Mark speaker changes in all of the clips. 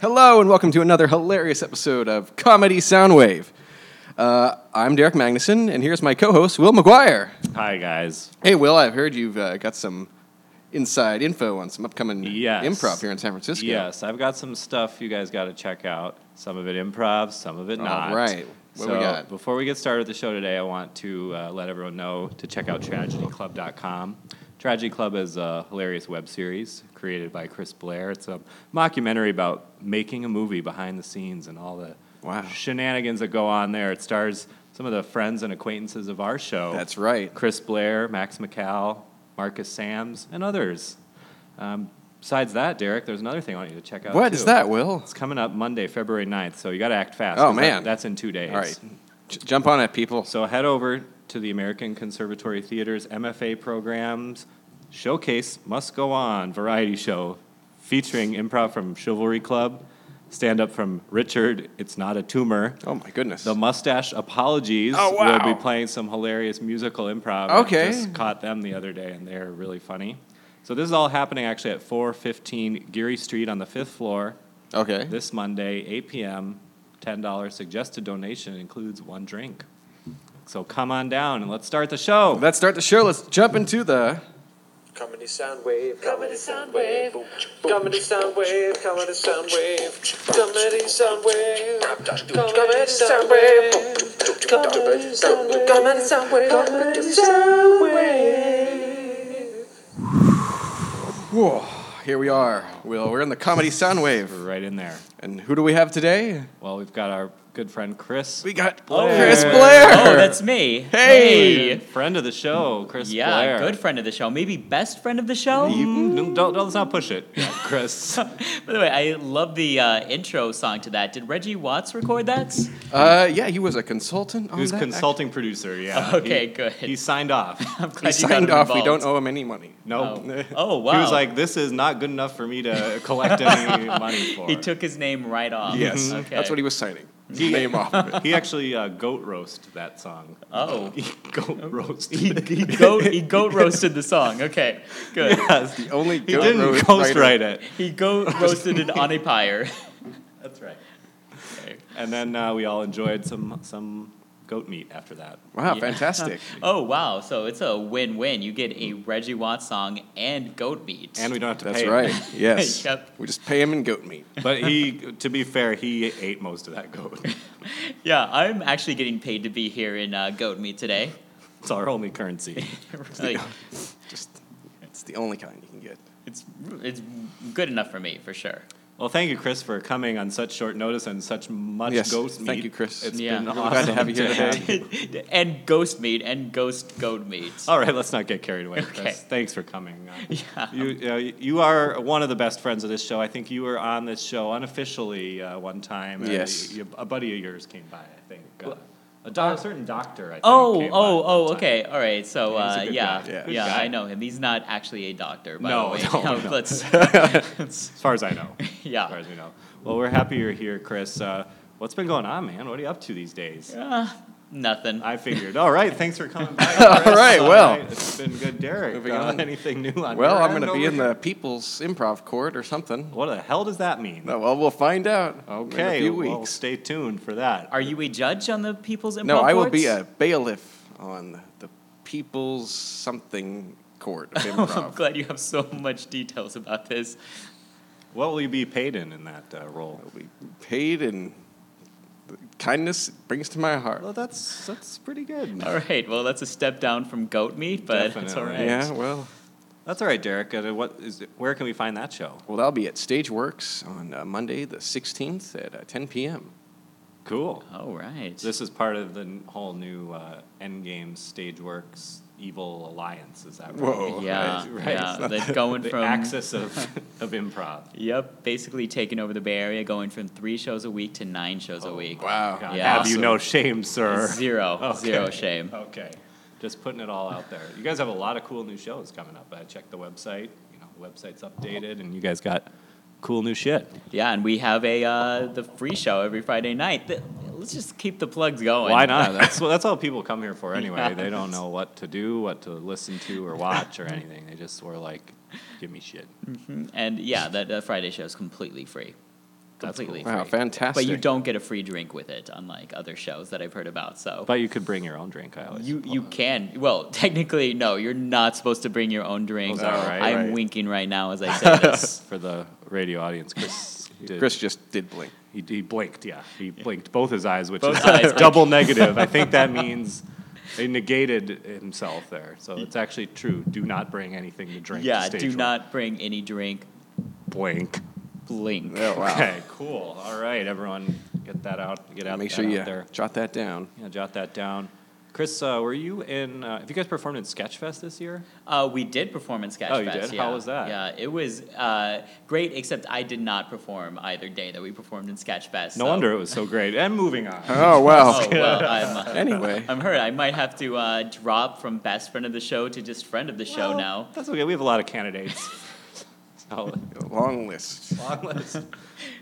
Speaker 1: Hello, and welcome to another hilarious episode of Comedy Soundwave. Uh, I'm Derek Magnuson, and here's my co host, Will McGuire.
Speaker 2: Hi guys.
Speaker 1: Hey, Will, I've heard you've uh, got some inside info on some upcoming
Speaker 2: Yes.
Speaker 1: improv here in San Francisco.
Speaker 2: Yes, I've got some stuff you guys got to check out. Some of it improv, some of it
Speaker 1: All
Speaker 2: not.
Speaker 1: right. What
Speaker 2: so
Speaker 1: we got?
Speaker 2: before we get started with the show today, I want to uh, let everyone know to check out TragedyClub.com. Tragedy Club is a hilarious web series created by Chris Blair. It's a mockumentary about making a movie behind the scenes and all the
Speaker 1: Wow.
Speaker 2: shenanigans that go on there. It stars some of the friends and acquaintances of our show.
Speaker 1: That's right.
Speaker 2: Chris Blair, Max McCall, Marcus Sams, and others. Um, besides that, Derek, there's another thing I want you to check out.
Speaker 1: What
Speaker 2: too.
Speaker 1: is that, Will?
Speaker 2: It's coming up Monday, February 9th, so you got to act fast.
Speaker 1: Oh,
Speaker 2: 'cause that-
Speaker 1: man.
Speaker 2: that's in two days.
Speaker 1: All right. J- jump on it, people.
Speaker 2: So head over to the American Conservatory Theater's MFA programs showcase must go on variety show featuring improv from Chivalry Club, stand up from Richard, It's Not a Tumor.
Speaker 1: Oh, my goodness.
Speaker 2: The Mustache Apologies
Speaker 1: Oh, wow.
Speaker 2: will be playing some hilarious musical improv.
Speaker 1: Okay.
Speaker 2: I just caught them the other day, and they're really funny. So this is all happening actually at 415 Geary Street on the fifth floor
Speaker 1: okay.
Speaker 2: this Monday, 8 p.m. $10 suggested donation includes one drink. So come on down and let's start the show.
Speaker 1: Let's start the show. Let's jump into the.
Speaker 3: Comedy Soundwave.
Speaker 4: Comedy Soundwave. Comedy Soundwave. Comedy Soundwave. Comedy Soundwave. Comedy Soundwave. Comedy Soundwave. Comedy Soundwave. Comedy Soundwave.
Speaker 1: Whoa, here we are, Will. We're in the Comedy Soundwave.
Speaker 2: We're right in there.
Speaker 1: And who do we have today?
Speaker 2: Well, we've got our good friend Chris.
Speaker 1: We got
Speaker 5: Blair.
Speaker 1: Chris Blair.
Speaker 5: Oh, that's me.
Speaker 1: Hey!
Speaker 2: Friend of the show, Chris
Speaker 5: Yeah,
Speaker 2: Blair.
Speaker 5: good friend of the show. Maybe best friend of the show.
Speaker 2: You, don't, don't, let's not push it, Yeah, Chris.
Speaker 5: By the way, I love the uh, intro song to that. Did Reggie Watts record that?
Speaker 1: Uh, yeah, he was a consultant. On
Speaker 2: Who's
Speaker 1: that,
Speaker 2: consulting producer? Yeah.
Speaker 5: Oh, Okay,
Speaker 2: He-
Speaker 5: good.
Speaker 2: He signed off.
Speaker 5: I'm glad
Speaker 1: He
Speaker 5: you got
Speaker 1: signed
Speaker 5: him
Speaker 1: off. We
Speaker 5: involved.
Speaker 1: don't owe him any money.
Speaker 2: Nope.
Speaker 5: Oh. Oh,
Speaker 2: He was
Speaker 5: wow.
Speaker 2: like, "This is not good enough for me to collect any money for."
Speaker 5: He took his name right off.
Speaker 1: Yes,
Speaker 5: Uh-huh. Okay.
Speaker 1: that's what he was signing. Name off of it.
Speaker 2: He actually uh, goat roast that song.
Speaker 5: Oh.
Speaker 2: He goat roast.
Speaker 5: He, he goat he goat roasted the song. Okay, good.
Speaker 2: yes,
Speaker 1: The only
Speaker 2: He didn't ghostwrite it.
Speaker 5: He goat roasted it on a pyre.
Speaker 2: That's right.
Speaker 5: Okay.
Speaker 2: And then uh, we all enjoyed some some goat meat after that.
Speaker 1: Wow,
Speaker 5: Yeah.
Speaker 1: fantastic.
Speaker 5: Oh wow! So it's a win-win. You get a Reggie Watts song and goat meat.
Speaker 2: And we don't have to
Speaker 1: That's
Speaker 2: pay. him.
Speaker 1: right. Yes.
Speaker 5: Yep.
Speaker 1: We just pay him in goat meat.
Speaker 2: But he, to be fair, he ate most of that goat.
Speaker 5: yeah, I'm actually getting paid to be here in uh, goat meat today.
Speaker 2: It's our only currency.
Speaker 5: Like,
Speaker 1: Just it's the only kind you can get.
Speaker 5: it's it's good enough for me for sure.
Speaker 2: Well, thank you, Chris, for coming on such short notice and such much
Speaker 1: Yes,
Speaker 2: goat meat.
Speaker 1: thank you, Chris.
Speaker 2: It's
Speaker 5: Yeah.
Speaker 2: been
Speaker 5: Really
Speaker 2: awesome
Speaker 1: glad to have you here today.
Speaker 2: have you.
Speaker 5: and ghost meat and ghost goat meat.
Speaker 2: All right, let's not get carried away, Chris.
Speaker 5: Okay.
Speaker 2: Thanks for coming. Uh,
Speaker 5: Yeah.
Speaker 2: You, uh, you are one of the best friends of this show. I think you were on this show unofficially uh, one time. Uh,
Speaker 1: Yes.
Speaker 2: y- y- a buddy of yours came by, I think. Uh, a, doc, certain doctor, I think.
Speaker 5: Oh,
Speaker 2: came by
Speaker 5: oh,
Speaker 2: one
Speaker 5: oh,
Speaker 2: time.
Speaker 5: okay. All right. So,
Speaker 2: Yeah, he's a
Speaker 5: uh,
Speaker 2: good
Speaker 5: yeah,
Speaker 2: guy.
Speaker 1: Yeah.
Speaker 5: yeah,
Speaker 1: Good
Speaker 2: guy.
Speaker 5: I know him. He's not actually a doctor, by
Speaker 2: No,
Speaker 5: the way.
Speaker 2: no, no.
Speaker 5: Let's,
Speaker 2: As far as I know. As far
Speaker 5: yeah.
Speaker 2: as we know. Well, we're happy you're here, Chris. Uh, what's been going on, man? What are you up to these days?
Speaker 5: Uh, nothing.
Speaker 2: I figured. All right, thanks for coming by.
Speaker 1: All right, well.
Speaker 2: It's been good, Derek.
Speaker 1: Moving
Speaker 2: Uh,
Speaker 1: on.
Speaker 2: Anything new on
Speaker 1: Well,
Speaker 2: your
Speaker 1: I'm
Speaker 2: end
Speaker 1: going to be
Speaker 2: over
Speaker 1: in
Speaker 2: here?
Speaker 1: the People's Improv Court or something.
Speaker 2: What the hell does that mean?
Speaker 1: No, well, we'll find out in a
Speaker 2: Okay,
Speaker 1: few
Speaker 2: well,
Speaker 1: weeks.
Speaker 2: stay tuned for that.
Speaker 5: Are you a judge on the People's Improv
Speaker 1: no, I will be
Speaker 5: Courts?
Speaker 1: a bailiff on the People's something court of
Speaker 5: I'm
Speaker 1: improv.
Speaker 5: glad you have so much details about this.
Speaker 2: What will you be paid in in that uh, role?
Speaker 1: I'll be paid in the kindness it brings to my heart.
Speaker 2: Well, that's that's pretty good.
Speaker 5: All right. Well, that's a step down from goat meat, but it's all
Speaker 2: Definitely.
Speaker 5: right.
Speaker 1: Yeah, well,
Speaker 2: That's all right, Derek. Uh, what is it, where can we find that show?
Speaker 1: well, that'll be at Stageworks on uh, Monday the 16th at uh, 10 p.m.
Speaker 2: Cool.
Speaker 5: All right.
Speaker 2: This is part of the n- whole new uh, Endgame Stageworks Evil Alliance. Is that right?
Speaker 1: Whoa.
Speaker 5: yeah,
Speaker 2: right,
Speaker 5: yeah.
Speaker 2: right.
Speaker 5: They're going
Speaker 2: The
Speaker 5: from
Speaker 2: axis of, of improv.
Speaker 5: Yep, basically taking over the Bay Area, going from three shows a week to nine shows
Speaker 2: Oh,
Speaker 5: a week.
Speaker 1: Wow.
Speaker 2: God,
Speaker 5: Yeah.
Speaker 2: Have you no shame, sir?
Speaker 5: Zero,
Speaker 2: Okay.
Speaker 5: zero shame.
Speaker 2: Okay. Just putting it all out there. You guys have a lot of cool new shows coming up. I checked the website. You know, the website's updated, and you guys got cool new shit.
Speaker 5: Yeah, and we have a uh, the free show every Friday night. Th- Let's just keep the plugs going.
Speaker 2: Why not? That's well, that's all people come here for anyway.
Speaker 5: Oh, Yeah.
Speaker 2: They don't know what to do, what to listen to, or watch, or anything. They just were like, "Give me shit."
Speaker 5: And yeah, that uh, Friday show is completely free. completely
Speaker 1: Wow,
Speaker 5: free.
Speaker 1: fantastic.
Speaker 5: But you don't get a free drink with it, unlike other shows that I've heard about. So
Speaker 2: But you could bring your own drink. I always.
Speaker 5: you you can. Well, technically, no, you're not supposed to bring your own drink.
Speaker 2: Oh, is that right?
Speaker 5: I'm
Speaker 2: Right.
Speaker 5: winking right now as I say this.
Speaker 2: for the radio audience, Chris. Did,
Speaker 1: Chris just did blink.
Speaker 2: he, he blinked. Yeah, he blinked both his eyes, which
Speaker 5: Both
Speaker 2: is
Speaker 5: eyes.
Speaker 2: double negative. I think that means he negated himself there. So it's actually true. Do not bring anything to drink. to
Speaker 5: Yeah,
Speaker 2: stage
Speaker 5: do
Speaker 2: one.
Speaker 5: not bring any drink.
Speaker 2: blink.
Speaker 5: Blink.
Speaker 1: Oh, wow.
Speaker 2: Okay, cool. All right, everyone, get that out. Get out.
Speaker 1: Make
Speaker 2: that
Speaker 1: sure
Speaker 2: out
Speaker 1: you
Speaker 2: there.
Speaker 1: jot that down.
Speaker 2: Yeah, jot that down. Chris, uh, were you in? Uh, have you guys performed in Sketchfest this year?
Speaker 5: Uh, we did perform in Sketchfest.
Speaker 2: Oh, you did?
Speaker 5: Yeah.
Speaker 2: How was that?
Speaker 5: Yeah, it was uh, great. Except I did not perform either day that we performed in Sketchfest.
Speaker 2: No
Speaker 5: so-
Speaker 2: wonder it was so great. And moving on.
Speaker 1: Oh wow.
Speaker 5: Oh well, I'm, uh,
Speaker 1: Anyway.
Speaker 5: I'm hurt. I might have to uh, drop from best friend of the show to just friend of the show
Speaker 2: Well,
Speaker 5: now.
Speaker 2: That's okay. We have a lot of candidates. so,
Speaker 1: Long list.
Speaker 2: long list.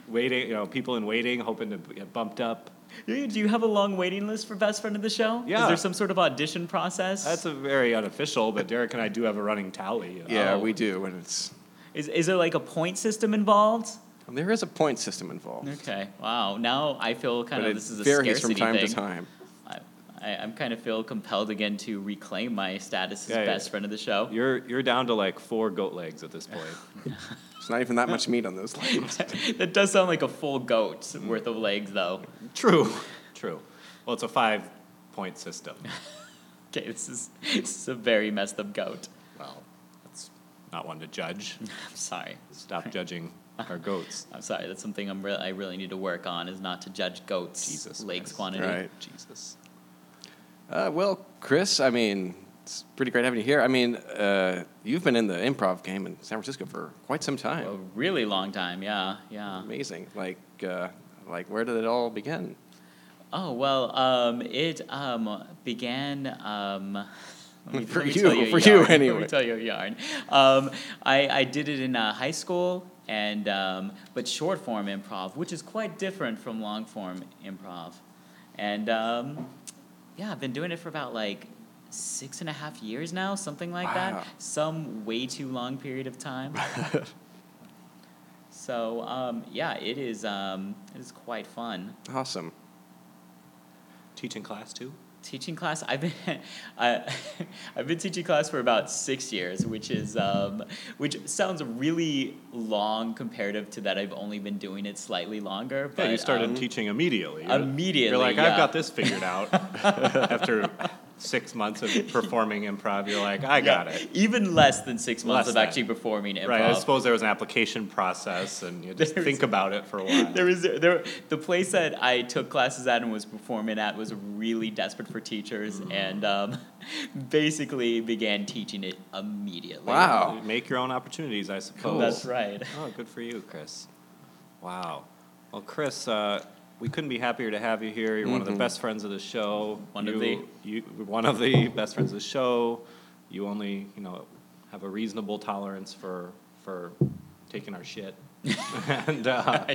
Speaker 2: Waiting, you know, people in waiting, hoping to get bumped up.
Speaker 5: Do you- do you have a long waiting list for best friend of the show? Is
Speaker 2: Yeah.
Speaker 5: there some sort of audition process?
Speaker 2: That's a very unofficial, but Derek and I do have a running tally. Uh,
Speaker 1: Yeah,
Speaker 5: Oh.
Speaker 1: we do, and it's
Speaker 5: is, is there like a point system involved?
Speaker 1: there is a point system involved,
Speaker 5: Okay. Wow. Now I feel kind
Speaker 1: but
Speaker 5: of
Speaker 1: it
Speaker 5: this is a
Speaker 1: varies
Speaker 5: scarcity
Speaker 1: from time
Speaker 5: thing.
Speaker 1: to time.
Speaker 5: I, I, I'm kind of feel compelled again to reclaim my status as
Speaker 2: Yeah, yeah.
Speaker 5: best friend of the show.
Speaker 2: You're you're down to like four goat legs at this point.
Speaker 1: It's not even that much meat on those lines.
Speaker 5: that does sound like a full goat's worth of legs, though.
Speaker 2: True. True. Well, it's a five point system.
Speaker 5: Okay, this is this is a very messed up goat.
Speaker 2: Well, that's not one to judge.
Speaker 5: I'm sorry.
Speaker 2: Stop judging our goats.
Speaker 5: I'm sorry. That's something I'm re- I really need to work on is not to judge goats'
Speaker 2: Jesus
Speaker 5: legs
Speaker 2: Christ.
Speaker 5: quantity.
Speaker 1: Right.
Speaker 2: Jesus.
Speaker 1: Uh, well, Chris, I mean, it's pretty great having you here. I mean, uh, you've been in the improv game in San Francisco for quite some time.
Speaker 5: A really long time. Yeah. Yeah.
Speaker 1: Amazing. Like, uh, like where did it all begin?
Speaker 5: Oh well, um, it um, began. Um, let me-
Speaker 1: For
Speaker 5: let me
Speaker 1: you,
Speaker 5: tell a
Speaker 1: for you
Speaker 5: yarn. Let
Speaker 1: anyway.
Speaker 5: me tell you a yarn. Um, I, I did it in uh, high school, and um, but short form improv, which is quite different from long form improv, and um, yeah, I've been doing it for about like six and a half years now, something like
Speaker 1: Wow.
Speaker 5: that. Some way too long period of time. so um, yeah, it is. Um, it is quite fun.
Speaker 1: Awesome.
Speaker 2: Teaching class too?
Speaker 5: teaching class i've been I, i've been teaching class for about six years which is um, which sounds really long comparative to that i've only been doing it slightly longer but
Speaker 2: Yeah, you started
Speaker 5: um,
Speaker 2: teaching immediately. You're- You're
Speaker 5: immediately
Speaker 2: like,
Speaker 5: yeah.
Speaker 2: I've got this figured out. After six months of performing improv, you're like, I got
Speaker 5: Yeah,
Speaker 2: it.
Speaker 5: even less than six months
Speaker 2: Less
Speaker 5: of
Speaker 2: than.
Speaker 5: actually performing improv
Speaker 2: Right. I suppose there was an application process, and you just
Speaker 5: There's-
Speaker 2: think about it for a while.
Speaker 5: there was there the place that I took classes at and was performing at was really desperate for teachers
Speaker 2: Mm.
Speaker 5: and um, basically began teaching it immediately.
Speaker 1: Wow.
Speaker 2: Make your own opportunities, I suppose.
Speaker 5: that's right.
Speaker 2: Oh, good for you, Chris. Wow. Well, Chris, uh, we couldn't be happier to have you here. You're one of the best friends of the show.
Speaker 5: Mm-hmm. One of
Speaker 2: you,
Speaker 5: the-
Speaker 2: you, one of the best friends of the show. You only, you know, have a reasonable tolerance for for taking our shit, and uh,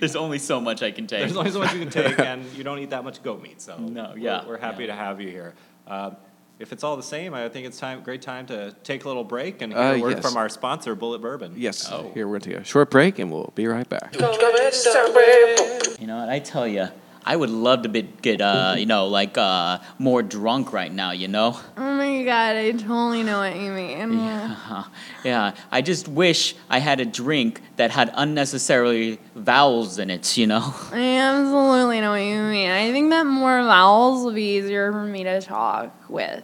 Speaker 5: There's only so much I can take.
Speaker 2: there's only so much you can take, and you don't eat that much goat meat. So
Speaker 5: No,
Speaker 2: we're-
Speaker 5: yeah,
Speaker 2: we're, happy to
Speaker 5: yeah.
Speaker 2: have you here. Uh, if it's all the same, I think it's time, great time to take a little break and hear
Speaker 1: Uh,
Speaker 2: a word
Speaker 1: yes.
Speaker 2: from our sponsor, Bullet Bourbon.
Speaker 1: Yes.
Speaker 5: Oh.
Speaker 1: Here we're going to take a short break, and we'll be right back.
Speaker 4: Comedy Soundwave.
Speaker 5: You know what? I tell you, I would love to be, get, uh, you know, like uh, more drunk right now, you know?
Speaker 6: Oh my god, I totally know what you mean.
Speaker 5: yeah, I just wish I had a drink that had unnecessarily vowels in it, you know?
Speaker 6: I absolutely know what you mean. I think that more vowels will be easier for me to talk with.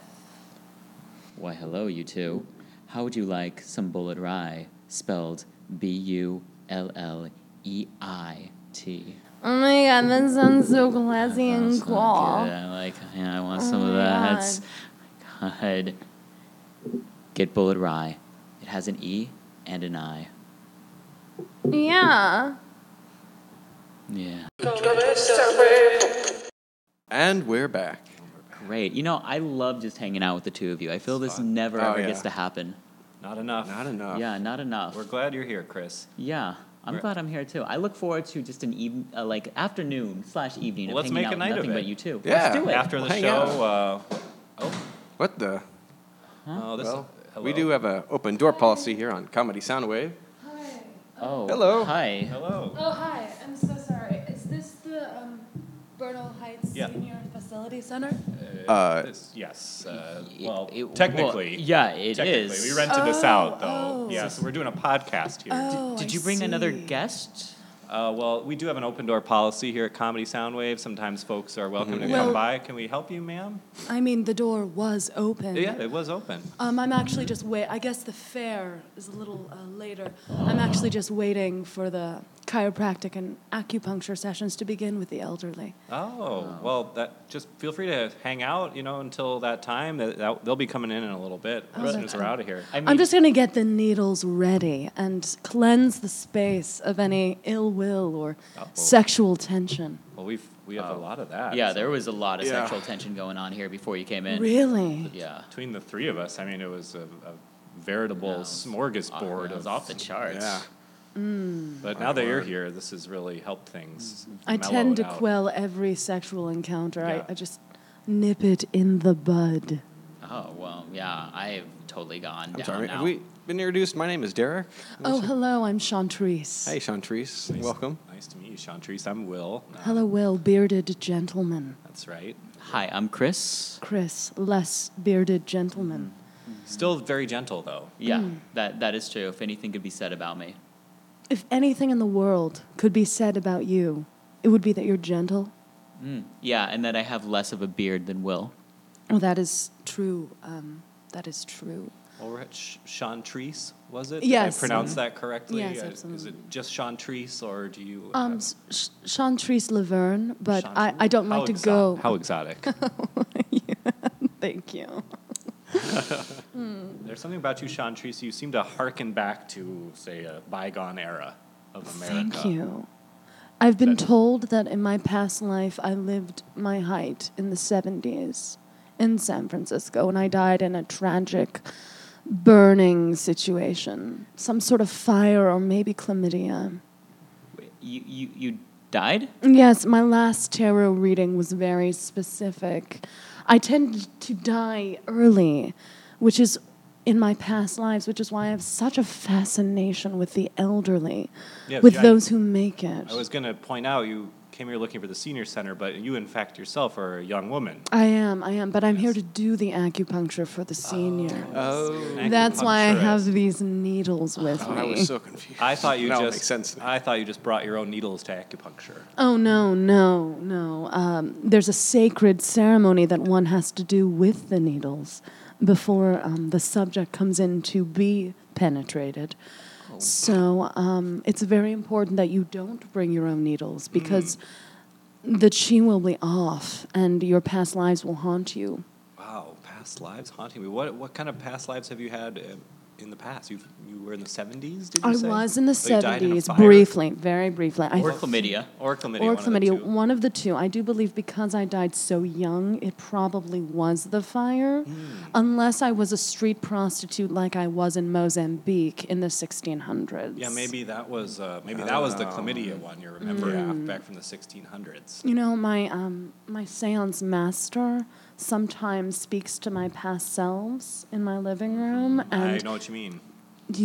Speaker 5: Why, hello, you two. How would you like some bullet rye spelled B U L L E I T? Oh,
Speaker 6: Oh my god, that sounds so classy and cool.
Speaker 5: I like, yeah, I want some
Speaker 6: Oh
Speaker 5: of
Speaker 6: my
Speaker 5: that. God. Get bullet rye. It has an E and an I.
Speaker 6: Yeah.
Speaker 5: Yeah.
Speaker 4: Comedy Soundwave.
Speaker 1: And we're back.
Speaker 5: Great. You know, I love just hanging out with the two of you. I feel this never
Speaker 1: Oh,
Speaker 5: ever
Speaker 1: yeah.
Speaker 5: gets to happen.
Speaker 2: Not enough.
Speaker 1: Not enough.
Speaker 5: yeah, not enough.
Speaker 2: We're glad you're here, Chris.
Speaker 5: Yeah. I'm
Speaker 2: We're-
Speaker 5: glad I'm here too. I look forward to just an even, uh, like afternoon slash evening.
Speaker 2: Well,
Speaker 5: of
Speaker 2: let's
Speaker 5: hanging
Speaker 2: make a
Speaker 5: out with
Speaker 2: night of
Speaker 5: nothing
Speaker 2: it.
Speaker 5: but you two.
Speaker 1: Yeah.
Speaker 5: Let's do it.
Speaker 2: After the
Speaker 1: Hang
Speaker 2: show, uh, oh,
Speaker 1: What the?
Speaker 2: oh, this
Speaker 1: Well,
Speaker 2: hello.
Speaker 1: we do have an open door policy here on Comedy Soundwave.
Speaker 5: Oh,
Speaker 1: Hello.
Speaker 5: Hi.
Speaker 2: Hello.
Speaker 7: Oh, hi. I'm so sorry. Is this the um, Bernal Heights
Speaker 2: Yeah.
Speaker 7: Senior Facility Center?
Speaker 1: Uh,
Speaker 2: This- yes. Uh,
Speaker 5: Y-
Speaker 2: well,
Speaker 5: it- well,
Speaker 2: technically.
Speaker 5: yeah, it
Speaker 2: technically.
Speaker 5: is.
Speaker 2: We rented this
Speaker 7: Oh,
Speaker 2: out, though.
Speaker 7: oh.
Speaker 2: Yeah, so we're doing a podcast here.
Speaker 7: Oh,
Speaker 5: Did
Speaker 7: I
Speaker 5: you bring another
Speaker 7: see.
Speaker 5: guest?
Speaker 2: Uh, well, we do have an open door policy here at Comedy Soundwave. Sometimes folks are welcome to come
Speaker 7: Well-
Speaker 2: by. Can we help you, ma'am?
Speaker 7: I mean, the door was open.
Speaker 2: Yeah, it was open.
Speaker 7: Um, I'm actually just wait. I guess the fair is a little uh, later. I'm actually just waiting for the chiropractic and acupuncture sessions to begin with the elderly.
Speaker 2: Oh, well, that just feel free to hang out, you know, until that time. That, that, they'll be coming in in a little bit
Speaker 7: Oh,
Speaker 2: as soon as we're out of here.
Speaker 5: I mean,
Speaker 7: I'm just going to get the needles ready and cleanse the space of any ill will or
Speaker 2: Uh-oh.
Speaker 7: sexual tension.
Speaker 2: Well, we've we have a
Speaker 7: Oh.
Speaker 2: lot of that.
Speaker 5: yeah,
Speaker 2: so
Speaker 5: there was a lot of
Speaker 1: Yeah.
Speaker 5: sexual tension going on here before you came in.
Speaker 7: Really?
Speaker 5: Yeah.
Speaker 2: between the three of us, I mean, it was a, a veritable
Speaker 5: No, it's
Speaker 2: smorgasbord
Speaker 5: It
Speaker 2: of
Speaker 5: was off the charts.
Speaker 1: yeah.
Speaker 2: But now that you're here, this has really helped things.
Speaker 7: Mm-hmm. I
Speaker 2: mellow
Speaker 7: tend
Speaker 2: it
Speaker 7: to
Speaker 2: out.
Speaker 7: quell every sexual encounter.
Speaker 2: Yeah.
Speaker 7: I, I just nip it in the bud.
Speaker 5: Oh well, yeah. I've totally gone
Speaker 1: I'm
Speaker 5: down
Speaker 1: sorry.
Speaker 5: now.
Speaker 1: Have we been introduced? My name is Derek.
Speaker 7: Oh, hello, I'm Chantrice.
Speaker 1: Hey, Chantrice.
Speaker 2: Nice-
Speaker 1: Welcome.
Speaker 2: Nice to meet you, Chantrice. I'm Will. Uh,
Speaker 7: Hello, well bearded gentleman.
Speaker 2: That's right.
Speaker 5: Hi, I'm Chris.
Speaker 7: Chris, less bearded gentleman.
Speaker 2: Mm-hmm. Still very gentle, though.
Speaker 5: Yeah,
Speaker 7: Mm.
Speaker 5: that that is true. If anything could be said about me,
Speaker 7: If anything in the world could be said about you, it would be that you're gentle.
Speaker 5: yeah, and that I have less of a beard than Will.
Speaker 7: Oh, that is true. Um, that is true.
Speaker 2: All right, Sh- Chantrice, was it?
Speaker 7: Yes.
Speaker 2: Did I pronounce
Speaker 7: Mhm.
Speaker 2: that correctly?
Speaker 7: Yes,
Speaker 2: Uh, Is
Speaker 7: absolutely.
Speaker 2: it just Chantrice, or do you?
Speaker 7: Um,
Speaker 2: have-
Speaker 7: S- Sh- Chantrice Laverne, but I,
Speaker 2: Chantrice?
Speaker 7: I don't
Speaker 2: How
Speaker 7: like to
Speaker 2: exo-
Speaker 7: go.
Speaker 2: How exotic.
Speaker 7: Thank you.
Speaker 2: There's something about you, Chantrice. You seem to harken back to, say, a bygone era of America.
Speaker 7: Thank you. I've been
Speaker 2: That-
Speaker 7: told that in my past life I lived my height in the 70s in San Francisco and I died in a tragic burning situation. Some sort of fire or maybe chlamydia.
Speaker 5: Wait, You you you died?
Speaker 7: Yes, my last tarot reading was very specific. I tend to die early, which is in my past lives, which is why I have such a fascination with the elderly,
Speaker 2: Yes,
Speaker 7: with
Speaker 2: yeah, I-
Speaker 7: those who make it.
Speaker 2: I was going to point out you came here looking for the senior center, but you, in fact, yourself are a young woman.
Speaker 7: I am, I am, but I'm here to do the acupuncture for the senior.
Speaker 1: Oh.
Speaker 7: That's why I
Speaker 2: Acupuncturist.
Speaker 7: have these needles with
Speaker 1: I
Speaker 7: me.
Speaker 1: was so confused.
Speaker 2: I thought you
Speaker 1: now
Speaker 2: just.
Speaker 1: It makes sense. now.
Speaker 2: I thought you just brought your own needles to acupuncture.
Speaker 7: oh no, no, no! Um, there's a sacred ceremony that one has to do with the needles before um, the subject comes in to be penetrated. So um, it's very important that you don't bring your own needles
Speaker 1: Mm-hmm.
Speaker 7: because the chi will be off, and your past lives will haunt you.
Speaker 2: Wow, past lives haunting me. What what kind of past lives have you had uh, in the past? You you were in the seventies, did you
Speaker 7: I
Speaker 2: say?
Speaker 7: was in the
Speaker 2: So you died in a
Speaker 7: seventies,
Speaker 2: fire?
Speaker 7: briefly, very briefly. I
Speaker 5: Or chlamydia?
Speaker 2: or chlamydia. one
Speaker 7: or
Speaker 2: of the
Speaker 7: chlamydia,
Speaker 2: two.
Speaker 7: one of the two. I do believe because I died so young, it probably was the fire,
Speaker 2: Hmm.
Speaker 7: unless I was a street prostitute like I was in Mozambique in the 1600s.
Speaker 2: Yeah, maybe that was uh, maybe that was the chlamydia
Speaker 5: Um,
Speaker 2: one you're remembering back from the 1600s.
Speaker 7: You know, my um, my seance master sometimes speaks to my past selves in my living room,
Speaker 2: Mm-hmm. I
Speaker 7: and Mm-hmm.
Speaker 2: know what you mean.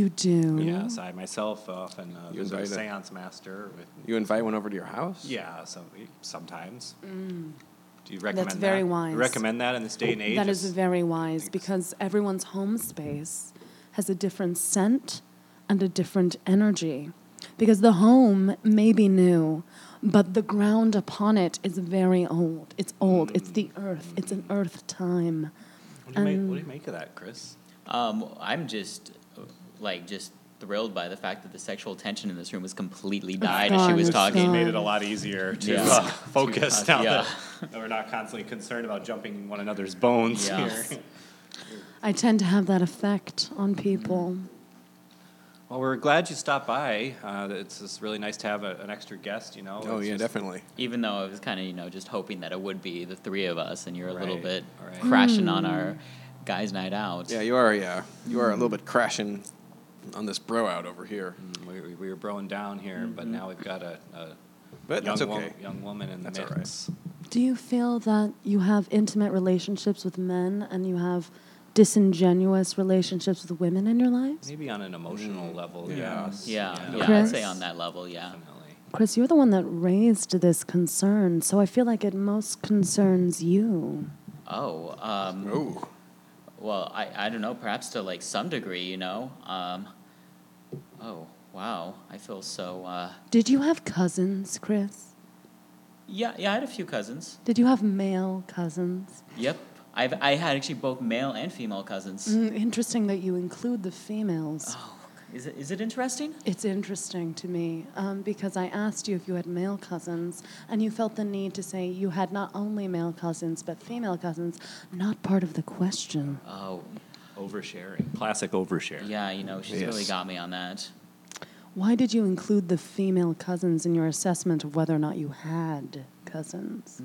Speaker 7: you do.
Speaker 2: Yes, I myself often uh,
Speaker 1: You
Speaker 2: visit a
Speaker 1: invited-
Speaker 2: seance master with.
Speaker 1: You invite one over to your house?
Speaker 2: Yeah, some, sometimes. Do you recommend that?
Speaker 7: Mm. very
Speaker 2: You
Speaker 7: wise.
Speaker 2: recommend that in this day and age?
Speaker 7: That is
Speaker 2: It's-
Speaker 7: very wise because everyone's home space has a different scent and a different energy. Because the home may be new, but the ground upon it is very old. It's old. It's the earth. It's an earth time.
Speaker 2: what, do you
Speaker 7: um,
Speaker 2: make, what do you make of that, Chris?
Speaker 5: Um, I'm just uh, like just thrilled by the fact that the sexual tension in this room was completely died as she
Speaker 7: gone,
Speaker 5: was
Speaker 7: it's
Speaker 5: talking.
Speaker 7: gone.
Speaker 2: made it a lot easier to
Speaker 5: Yeah.
Speaker 2: uh, focus
Speaker 5: To, uh,
Speaker 2: now
Speaker 5: yeah.
Speaker 2: that, that we're not constantly concerned about jumping one another's bones
Speaker 5: Yeah.
Speaker 2: here.
Speaker 7: I tend to have that effect on people.
Speaker 2: Well, we're glad you stopped by. Uh, it's just really nice to have a, an extra guest, you know.
Speaker 1: Oh,
Speaker 2: It's
Speaker 1: yeah,
Speaker 2: just-
Speaker 1: definitely.
Speaker 5: Even though I was kind of you know just hoping that it would be the three of us, and you're a little
Speaker 2: Right,
Speaker 5: bit
Speaker 2: right.
Speaker 5: crashing
Speaker 7: Mm.
Speaker 5: on our guys' night out.
Speaker 1: Yeah, you are. Yeah, you are a little bit crashing on this bro out over here,
Speaker 2: Mm, We, we- we were broing down here,
Speaker 5: Mm-hmm.
Speaker 2: but now we've got a, a
Speaker 1: but
Speaker 2: young,
Speaker 1: that's
Speaker 2: wo-
Speaker 1: okay.
Speaker 2: young woman in the
Speaker 1: That's all right.
Speaker 2: mix.
Speaker 7: Do you feel that you have intimate relationships with men and you have disingenuous relationships with women in your lives?
Speaker 2: Maybe on an emotional level,
Speaker 1: Mm-hmm. Yeah.
Speaker 2: yes.
Speaker 5: Yeah, yeah, I'd
Speaker 7: Chris?
Speaker 5: say on that level, yeah.
Speaker 2: Definitely.
Speaker 7: Chris, you're the one that raised this concern, so I feel like it most concerns you.
Speaker 5: Oh, um,
Speaker 1: Oh,
Speaker 5: well, I, I don't know, perhaps to like some degree, you know. Um, oh, wow, I feel so. Uh,
Speaker 7: Did you have cousins, Chris?
Speaker 5: yeah, yeah, I had a few cousins.
Speaker 7: Did you have male cousins?
Speaker 5: Yep, I've I had actually both male and female cousins.
Speaker 7: Mm, interesting that you include the females.
Speaker 5: Oh, is it is it interesting?
Speaker 7: It's interesting to me um, because I asked you if you had male cousins, and you felt the need to say you had not only male cousins but female cousins, not part of the question.
Speaker 5: Oh,
Speaker 2: Oversharing. Classic overshare.
Speaker 5: yeah, you know, she's really
Speaker 1: Yes.
Speaker 5: got me on that.
Speaker 7: Why did you include the female cousins in your assessment of whether or not you had cousins?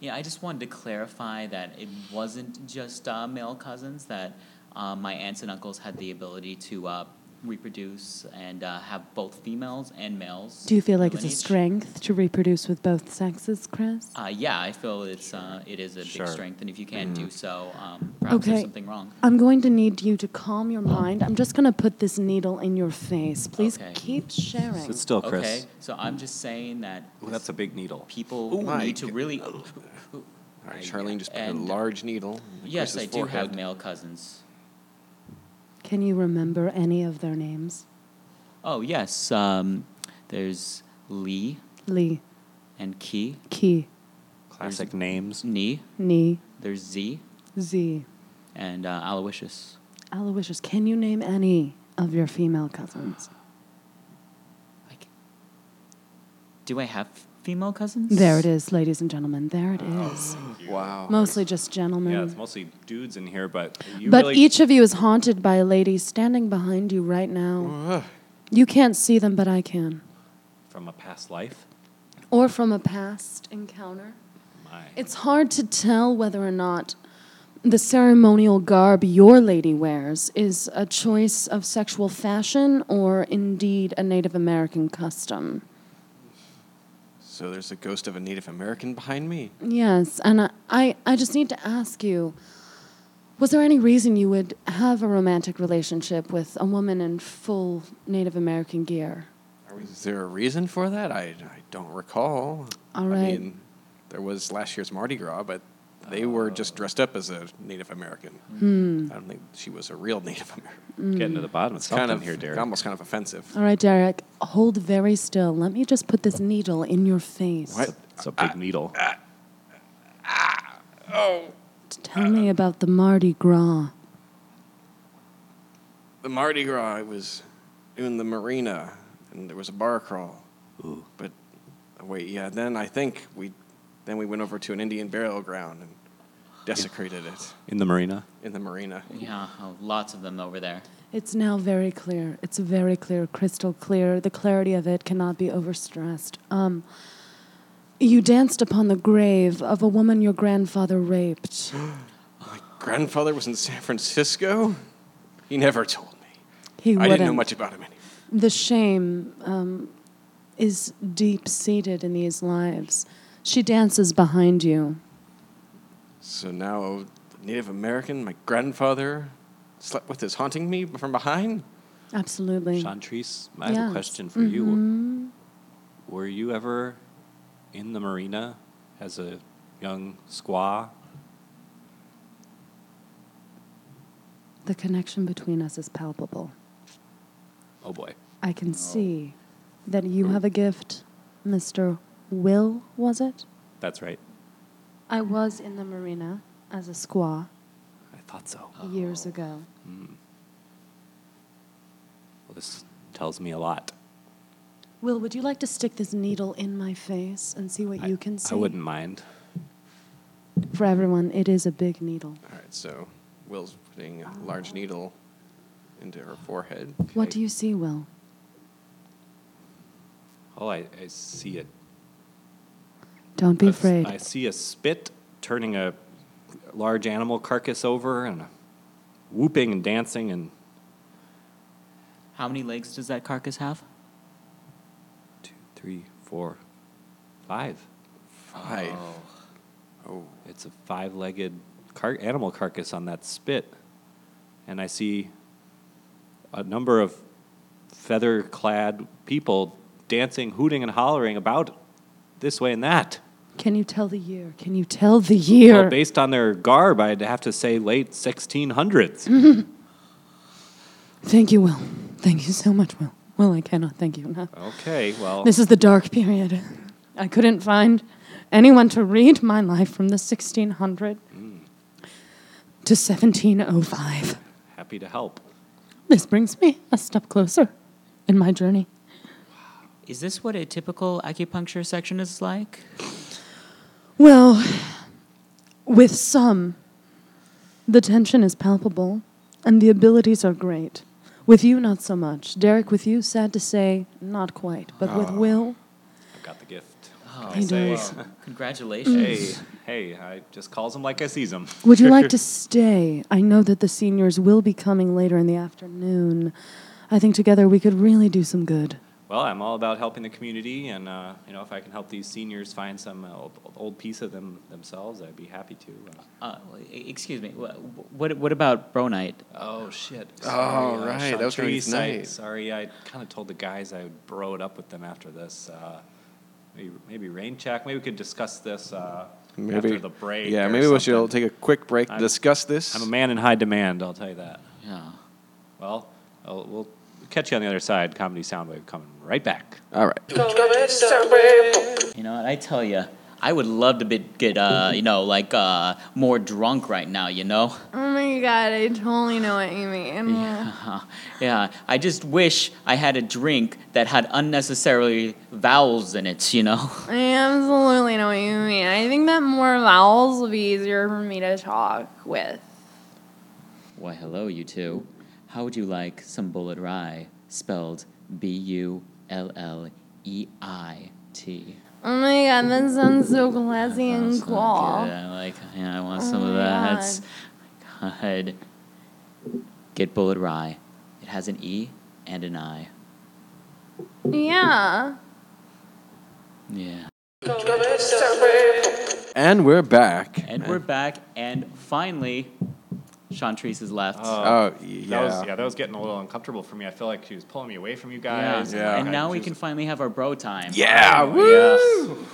Speaker 5: Yeah, I just wanted to clarify that it wasn't just uh, male cousins, that uh, my aunts and uncles had the ability to uh, reproduce and uh, have both females and males.
Speaker 7: Do you feel
Speaker 5: in
Speaker 7: like it's a
Speaker 5: lineage.
Speaker 7: strength to reproduce with both sexes, Chris?
Speaker 5: Uh, yeah, I feel it's uh, it is a big
Speaker 2: Sure. Mm-hmm.
Speaker 5: strength, and if you can't do so, um, perhaps there's
Speaker 7: Okay.
Speaker 5: something wrong.
Speaker 7: I'm going to need you to calm your mind. I'm just going to put this needle in your face. Please
Speaker 5: Okay.
Speaker 7: keep sharing.
Speaker 2: Sit still, Chris.
Speaker 5: Okay, so I'm just saying that
Speaker 2: Ooh, that's a big needle.
Speaker 5: people
Speaker 1: Oh my
Speaker 5: need to
Speaker 1: go-
Speaker 5: really.
Speaker 1: all right. Charlene just put a
Speaker 5: And-
Speaker 1: large needle. in
Speaker 5: yes,
Speaker 1: Chris's
Speaker 5: I do have
Speaker 1: forehead.
Speaker 5: male cousins.
Speaker 7: Can you remember any of their names?
Speaker 5: Oh yes, um, there's Lee
Speaker 7: Lee,
Speaker 5: and Ki,
Speaker 7: Ki,
Speaker 2: Classic names.
Speaker 5: Ni,
Speaker 7: Ni,
Speaker 5: there's Z,
Speaker 7: Z,
Speaker 5: and uh, Aloysius.
Speaker 7: Aloysius. Can you name any of your female cousins?
Speaker 5: Like, do I have female cousins?
Speaker 7: There it is, ladies and gentlemen. There it is.
Speaker 1: Wow.
Speaker 7: Mostly just gentlemen.
Speaker 2: Oh, Yeah, it's mostly dudes in here, but you
Speaker 7: but
Speaker 2: really
Speaker 7: each of you is haunted by a lady standing behind you right now.
Speaker 1: Ugh.
Speaker 7: You can't see them, but I can.
Speaker 2: from a past life.
Speaker 7: Or from a past encounter.
Speaker 2: My.
Speaker 7: It's hard to tell whether or not the ceremonial garb your lady wears is a choice of sexual fashion or indeed a Native American custom.
Speaker 1: So there's a ghost of a Native American behind me.
Speaker 7: Yes, and I, I, I just need to ask you was there any reason you would have a romantic relationship with a woman in full Native American gear?
Speaker 1: Are we- Is there a reason for that? I, I don't recall.
Speaker 7: All right.
Speaker 1: I mean, there was last year's Mardi Gras, but they were just dressed up as a Native American.
Speaker 7: Hmm.
Speaker 1: I don't think she was a real Native American.
Speaker 2: Getting to the bottom of
Speaker 1: It's
Speaker 2: something
Speaker 1: kind of
Speaker 2: here, Derek.
Speaker 1: almost kind of offensive.
Speaker 7: All right, Derek, hold very still. Let me just put this needle in your face.
Speaker 1: What?
Speaker 2: It's a big needle.
Speaker 7: Tell me about the Mardi Gras.
Speaker 1: The Mardi Gras it was in the marina, and there was a bar crawl. But uh, wait, yeah. Then I think we, then we went over to an Indian burial ground and desecrated it
Speaker 2: In the marina.
Speaker 1: in the marina.
Speaker 5: Yeah, oh, lots of them over there.
Speaker 7: It's now very clear. It's very clear, crystal clear. The clarity of it cannot be overstressed. Um, you danced upon the grave of a woman your grandfather raped.
Speaker 1: My grandfather was in San Francisco. He never told me.
Speaker 7: He
Speaker 1: I
Speaker 7: wouldn't.
Speaker 1: didn't know much about him anyway.
Speaker 7: The shame um, is deep seated in these lives. She dances behind you.
Speaker 1: So now, the Native American, my grandfather, slept with is haunting me from behind.
Speaker 7: Absolutely.
Speaker 2: Chantrice, I have
Speaker 7: Yes.
Speaker 2: a question for you.
Speaker 7: Mm-hmm.
Speaker 2: Were you ever in the marina as a young squaw?
Speaker 7: The connection between us is palpable.
Speaker 2: Oh boy.
Speaker 7: I can see that you have a gift, Mr. Will, was it?
Speaker 2: That's right.
Speaker 7: I was in the marina as a squaw
Speaker 2: I thought so. Oh.
Speaker 7: years ago.
Speaker 2: Well, this tells me a lot.
Speaker 7: Will, would you like to stick this needle in my face and see what
Speaker 2: I-
Speaker 7: you can see?
Speaker 2: I wouldn't mind.
Speaker 7: For everyone, it is a big needle.
Speaker 1: All right, so Will's putting a large needle into her forehead.
Speaker 7: What do you see, Will?
Speaker 2: Oh, I, I see it.
Speaker 7: Don't be
Speaker 2: I s-
Speaker 7: afraid.
Speaker 2: I see a spit turning a large animal carcass over and whooping and dancing and
Speaker 5: How many legs does that carcass have?
Speaker 2: two, three, four, five.
Speaker 1: Five.
Speaker 5: Oh,
Speaker 1: Oh,
Speaker 2: It's a five-legged car- animal carcass on that spit. and I see a number of feather clad people dancing, hooting, and hollering about this way and that.
Speaker 7: Can you tell the year? Can you tell the year?
Speaker 2: Well, based on their garb, I'd have to say late
Speaker 7: Mm-hmm.
Speaker 2: 1600s.
Speaker 7: Thank you, Will. Thank you so much, Will. Will, I cannot thank you enough.
Speaker 2: okay, well,
Speaker 7: This is the dark period. I couldn't find anyone to read my life from the 1600
Speaker 2: Mm.
Speaker 7: to 1705.
Speaker 2: happy to help.
Speaker 7: This brings me a step closer in my journey.
Speaker 5: Is this what a typical acupuncture section is like?
Speaker 7: Well, with some, the tension is palpable and the abilities are great. With you, not so much. Derek, with you, sad to say, not quite. But with Will,
Speaker 2: I've got the gift.
Speaker 5: Oh,
Speaker 2: I Oh, say,
Speaker 5: Congratulations.
Speaker 2: hey, hey, I just calls them like I sees them.
Speaker 7: Would you like to stay? I know that the seniors will be coming later in the afternoon. I think together we could really do some good.
Speaker 2: Well, I'm all about helping the community, and uh, you know, if I can help these seniors find some uh, old, old piece of them themselves, I'd be happy to. Uh,
Speaker 5: Uh, e- excuse me. wha- What, what about Bronite?
Speaker 2: oh shit!
Speaker 1: Sorry, uh, right, that was gonna be
Speaker 2: Chantrese, I-
Speaker 1: tonight.
Speaker 2: Sorry, I kind of told the guys I would bro it up with them after this. Uh, maybe, maybe rain check. Maybe we could discuss this uh, after the break.
Speaker 1: Yeah,
Speaker 2: or
Speaker 1: maybe we should all
Speaker 2: something.
Speaker 1: take a quick break to
Speaker 2: I'm-
Speaker 1: discuss this.
Speaker 2: I'm a man in high demand. I'll tell you that.
Speaker 5: Yeah.
Speaker 2: Well, I'll, we'll catch you on the other side. Comedy Soundwave coming right back.
Speaker 1: all right.
Speaker 4: Começa a ripple.
Speaker 5: You know what? I tell you, I would love to be, get, uh, you know, like uh, more drunk right now, you know?
Speaker 6: Oh my god, I totally know what you mean.
Speaker 5: yeah. I just wish I had a drink that had unnecessarily vowels in it, you know?
Speaker 6: I absolutely know what you mean. I think that more vowels will be easier for me to talk with.
Speaker 5: Why, hello, you two. How would you like some bullet rye spelled B U L L E I T?
Speaker 6: Oh my god, that sounds so classy
Speaker 5: Sounds
Speaker 6: and
Speaker 5: so
Speaker 6: cool.
Speaker 5: good. I like, yeah, I want some
Speaker 6: Oh
Speaker 5: of
Speaker 6: my
Speaker 5: that. God. Get bullet rye. It has an E and an I.
Speaker 6: Yeah.
Speaker 5: Yeah.
Speaker 4: Começa a ripple.
Speaker 1: And we're back.
Speaker 5: And we're back, and finally, Chantrice is left.
Speaker 1: Oh,
Speaker 2: That
Speaker 1: yeah.
Speaker 2: was yeah, that was getting a little uncomfortable for me. I feel like she was pulling me away from you guys.
Speaker 1: Yeah. Yeah.
Speaker 5: And
Speaker 2: I-
Speaker 5: now
Speaker 2: she
Speaker 5: we
Speaker 2: was-
Speaker 5: can finally have our bro time.
Speaker 2: Oh,
Speaker 1: Yeah, woo!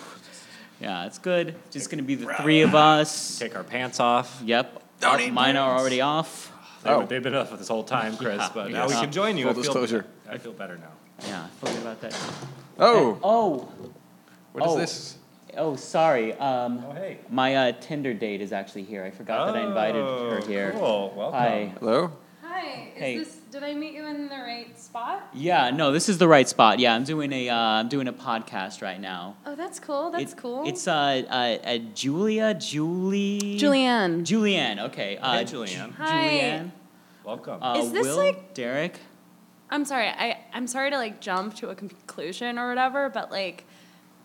Speaker 5: Yeah, it's good. Just gonna be the three of us.
Speaker 2: take our pants off.
Speaker 5: Yep. Uh, mine are already off.
Speaker 2: They,
Speaker 1: Oh.
Speaker 2: They've been off this whole time, Chris,
Speaker 5: Yeah.
Speaker 2: but
Speaker 5: Yeah.
Speaker 2: now we can join you.
Speaker 1: Full
Speaker 2: I feel-
Speaker 1: disclosure.
Speaker 2: I feel better now.
Speaker 5: Yeah, I forgot about that.
Speaker 1: Oh,
Speaker 5: Oh,
Speaker 1: what is
Speaker 5: oh.
Speaker 1: this?
Speaker 5: oh, sorry. Um,
Speaker 2: Oh, hey.
Speaker 5: My uh, Tinder date is actually here. I forgot that I invited
Speaker 1: Oh,
Speaker 5: her here.
Speaker 2: Cool. Welcome.
Speaker 5: Hi.
Speaker 6: Oh.
Speaker 1: Hello?
Speaker 6: Hi. Is
Speaker 5: Hey.
Speaker 6: this did I meet you in the right spot?
Speaker 5: Yeah, no, this is the right spot. Yeah, I'm doing a uh, I'm doing a podcast right now.
Speaker 6: Oh that's cool. That's
Speaker 5: It-
Speaker 6: cool.
Speaker 5: It's uh, uh, uh Julia, Julie,
Speaker 7: Julianne.
Speaker 5: Julianne. Okay. Uh,
Speaker 2: Hey, Julianne.
Speaker 5: Ju-
Speaker 6: Hi.
Speaker 5: Julianne.
Speaker 2: Welcome.
Speaker 5: Uh,
Speaker 6: Is this
Speaker 5: Will,
Speaker 6: like-
Speaker 5: Derek?
Speaker 6: I'm sorry. I I'm sorry to like jump to a conclusion or whatever, but like,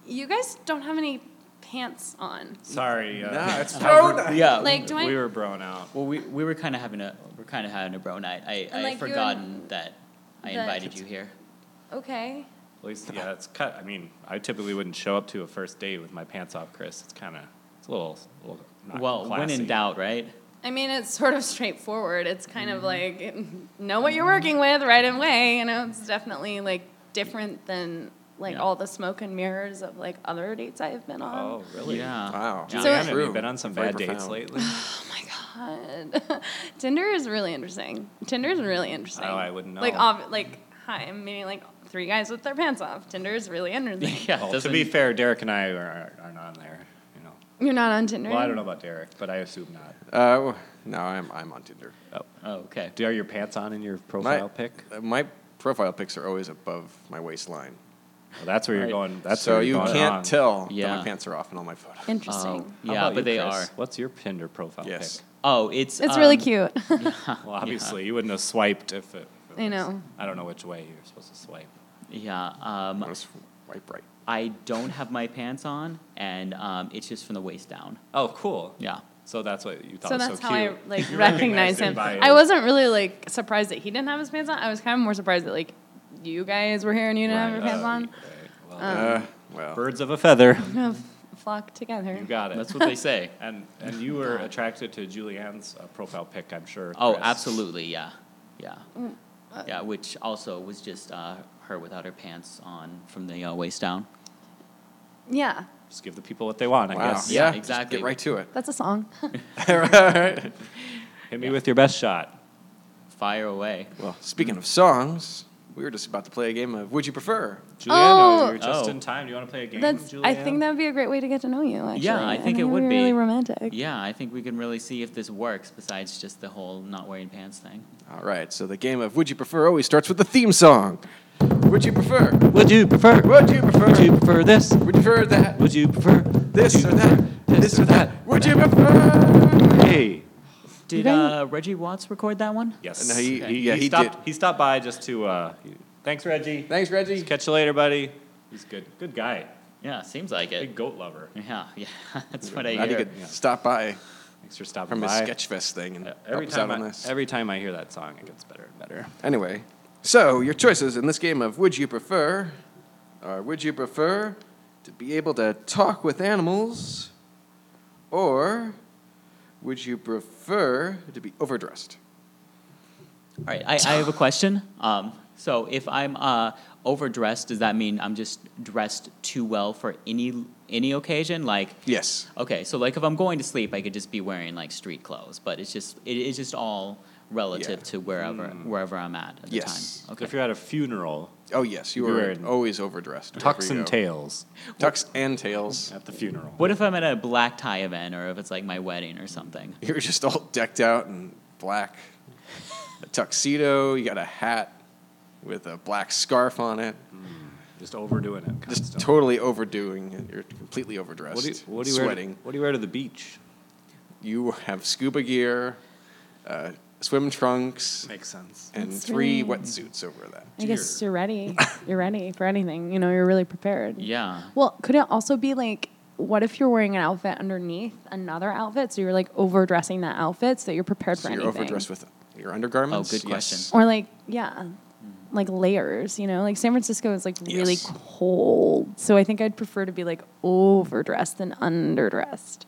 Speaker 6: you guys don't have any pants on.
Speaker 2: Sorry. Uh,
Speaker 1: Nah, it's
Speaker 5: Yeah.
Speaker 6: Like, do I?
Speaker 2: we were brown out.
Speaker 5: well, we, we were kind of having a we're kind of having a bro night. I I
Speaker 6: like,
Speaker 5: had
Speaker 6: you
Speaker 5: forgotten that I
Speaker 6: that-
Speaker 5: invited you here.
Speaker 6: okay.
Speaker 2: At least, yeah, it's cut. I mean, I typically wouldn't show up to a first date with my pants off, Chris. It's kind of, it's a little, a little not
Speaker 5: well, when
Speaker 2: classy.
Speaker 5: in doubt, right?
Speaker 6: I mean, it's sort of straightforward. It's kind of like
Speaker 5: Mm-hmm.
Speaker 6: know what you're working with right away. You know, it's definitely like different than like
Speaker 5: Yeah.
Speaker 6: all the smoke and mirrors of like other dates I've been on.
Speaker 2: Oh, really?
Speaker 5: Yeah.
Speaker 1: Wow.
Speaker 6: So-
Speaker 2: Julianne, have
Speaker 1: True.
Speaker 2: you been on some
Speaker 1: Very
Speaker 2: bad dates
Speaker 1: profound.
Speaker 2: lately?
Speaker 6: God. Tinder is really interesting. Tinder is really interesting.
Speaker 2: Oh, I wouldn't
Speaker 6: Like,
Speaker 2: know.
Speaker 6: ob- like, hi, I'm meeting like three guys with their pants off. Tinder is really interesting.
Speaker 5: Yeah. it
Speaker 2: Well, to
Speaker 5: doesn't-
Speaker 2: be fair, Derek and I are, aren't on there. You know.
Speaker 6: You're not on Tinder.
Speaker 2: Well, I don't know about Derek, but I assume not.
Speaker 1: Uh, w- no, I'm, I'm on Tinder.
Speaker 5: Oh, okay.
Speaker 2: Do you have your pants on in your profile pic?
Speaker 1: Uh, my profile pics are always above my waistline.
Speaker 2: Well, that's where you're
Speaker 5: Right.
Speaker 2: going. That's
Speaker 1: so
Speaker 2: where
Speaker 1: you
Speaker 2: you're going
Speaker 1: can't
Speaker 2: wrong.
Speaker 1: tell that
Speaker 5: Yeah.
Speaker 1: my pants are off in all my photos.
Speaker 6: Interesting.
Speaker 2: How
Speaker 5: Oh, Yeah,
Speaker 2: about
Speaker 5: but
Speaker 2: you,
Speaker 5: they
Speaker 2: Chris?
Speaker 5: are.
Speaker 2: What's your Tinder profile
Speaker 1: Yes.
Speaker 5: Oh, it's
Speaker 6: it's really
Speaker 5: um,
Speaker 6: cute.
Speaker 2: pic? Well, obviously you wouldn't have swiped if it. if it
Speaker 6: I
Speaker 2: was-
Speaker 6: know.
Speaker 2: I don't know which way you're supposed to swipe.
Speaker 5: Yeah. Um,
Speaker 1: Let's wipe right.
Speaker 5: I don't have my pants on, and um, it's just from the waist down.
Speaker 2: Oh, cool.
Speaker 5: Yeah.
Speaker 2: So that's what you thought
Speaker 6: so
Speaker 2: was
Speaker 6: that's
Speaker 2: so
Speaker 6: how
Speaker 2: cute.
Speaker 6: I like
Speaker 2: You recognized
Speaker 6: recognize him.
Speaker 2: by
Speaker 6: I wasn't really like surprised that he didn't have his pants on. I was kind of more surprised that like you guys were here and you didn't have your
Speaker 2: Right.
Speaker 6: pants
Speaker 2: Uh,
Speaker 6: on. Oh.
Speaker 2: right. Well,
Speaker 1: uh, well,
Speaker 2: birds of a feather.
Speaker 6: Kind of flock together.
Speaker 2: You got it.
Speaker 5: That's what they say.
Speaker 2: And and you were attracted to Julianne's uh, profile pic, I'm sure.
Speaker 5: Oh,
Speaker 2: Chris.
Speaker 5: absolutely, yeah, yeah, yeah. Which also was just uh, her without her pants on from the uh, waist down.
Speaker 6: yeah,
Speaker 2: Just give the people what they want, I
Speaker 1: Wow.
Speaker 2: guess.
Speaker 5: Yeah,
Speaker 1: just
Speaker 5: exactly.
Speaker 1: Get right to it.
Speaker 6: that's a song.
Speaker 2: Hit me with your best shot.
Speaker 5: Fire away.
Speaker 1: Well,
Speaker 2: mm.
Speaker 1: speaking of songs, we were just about to play a game of Would You Prefer?
Speaker 2: Julianne,
Speaker 6: Oh.
Speaker 2: you're just
Speaker 5: Oh.
Speaker 2: in time. Do you want to play a game,
Speaker 6: That's.
Speaker 2: Julianne?
Speaker 6: I think that would be a great way to get to know you. Actually,
Speaker 5: Yeah, I think it would
Speaker 6: be really
Speaker 5: be.
Speaker 6: romantic.
Speaker 5: Yeah, I think we can really see if this works. Besides just the whole not wearing pants thing.
Speaker 1: All right, so the game of Would You Prefer always starts with the theme song. Would you prefer?
Speaker 2: Would you prefer?
Speaker 1: Would you prefer?
Speaker 2: Would you prefer this?
Speaker 1: Would you prefer that?
Speaker 2: Would you prefer
Speaker 1: This or that? This or that? Would you prefer?
Speaker 2: Hey.
Speaker 5: Did
Speaker 7: I-
Speaker 5: uh, Reggie Watts record that one?
Speaker 2: Yes.
Speaker 1: No, he-
Speaker 2: Okay.
Speaker 1: he- yeah, he
Speaker 2: stopped.
Speaker 1: did.
Speaker 2: He stopped by just to. Uh, he- thanks, Reggie.
Speaker 1: Thanks, Reggie.
Speaker 2: Catch you later, buddy. He's good. Good guy.
Speaker 5: Yeah, seems like
Speaker 2: Big
Speaker 5: it.
Speaker 2: goat lover.
Speaker 5: Yeah, yeah, that's what I
Speaker 1: Glad you
Speaker 5: hear.
Speaker 1: could stop by
Speaker 2: Thanks for stopping
Speaker 1: from his
Speaker 2: by.
Speaker 1: Sketchfest thing and
Speaker 2: Uh,
Speaker 1: help
Speaker 2: Every
Speaker 1: us out
Speaker 2: time,
Speaker 1: on
Speaker 2: I,
Speaker 1: this.
Speaker 2: every time I hear that song, it gets better and better.
Speaker 1: Anyway, so your choices in this game of would you prefer are would you prefer to be able to talk with animals or would you prefer to be overdressed?
Speaker 5: All right, I, I have a question. Um, so if I'm uh, overdressed, does that mean I'm just dressed too well for any any occasion? Like,
Speaker 1: Yes.
Speaker 5: okay, so like if I'm going to sleep, I could just be wearing like street clothes, but it's just it, it's just all relative
Speaker 1: Yeah.
Speaker 5: to wherever wherever I'm at at the
Speaker 1: Yes.
Speaker 5: time. Okay.
Speaker 2: Hmm. If you're at a funeral,
Speaker 1: Oh yes, you
Speaker 2: You're
Speaker 1: are
Speaker 2: in
Speaker 1: always overdressed. wherever
Speaker 2: tux
Speaker 1: you
Speaker 2: and
Speaker 1: go.
Speaker 2: tails
Speaker 1: Tux and tails.
Speaker 2: at the funeral.
Speaker 5: What if I'm at a black tie event, or if it's like my wedding or something?
Speaker 1: You're just all decked out in black. A tuxedo, you got a hat with a black scarf on it.
Speaker 2: Just overdoing it.
Speaker 1: Just
Speaker 2: constantly.
Speaker 1: totally overdoing it. You're completely overdressed.
Speaker 2: What do you, what do you
Speaker 1: sweating.
Speaker 2: Wear to, what do you wear to the beach?
Speaker 1: you have scuba gear, uh, swim trunks,
Speaker 2: Makes sense.
Speaker 1: and
Speaker 6: That's
Speaker 1: three
Speaker 6: right.
Speaker 1: wetsuits over that.
Speaker 6: I guess you're ready. You're ready for anything. You know, you're really prepared.
Speaker 5: Yeah.
Speaker 6: Well, could it also be like, what if you're wearing an outfit underneath another outfit? So you're like overdressing that outfit so that you're prepared
Speaker 1: So
Speaker 6: for
Speaker 1: you're
Speaker 6: anything.
Speaker 1: overdressed with your undergarments.
Speaker 5: Oh, good
Speaker 1: Yes.
Speaker 6: or like, yeah, like layers, you know? Like San Francisco is like really
Speaker 1: Yes.
Speaker 6: cold. So I think I'd prefer to be like overdressed than underdressed.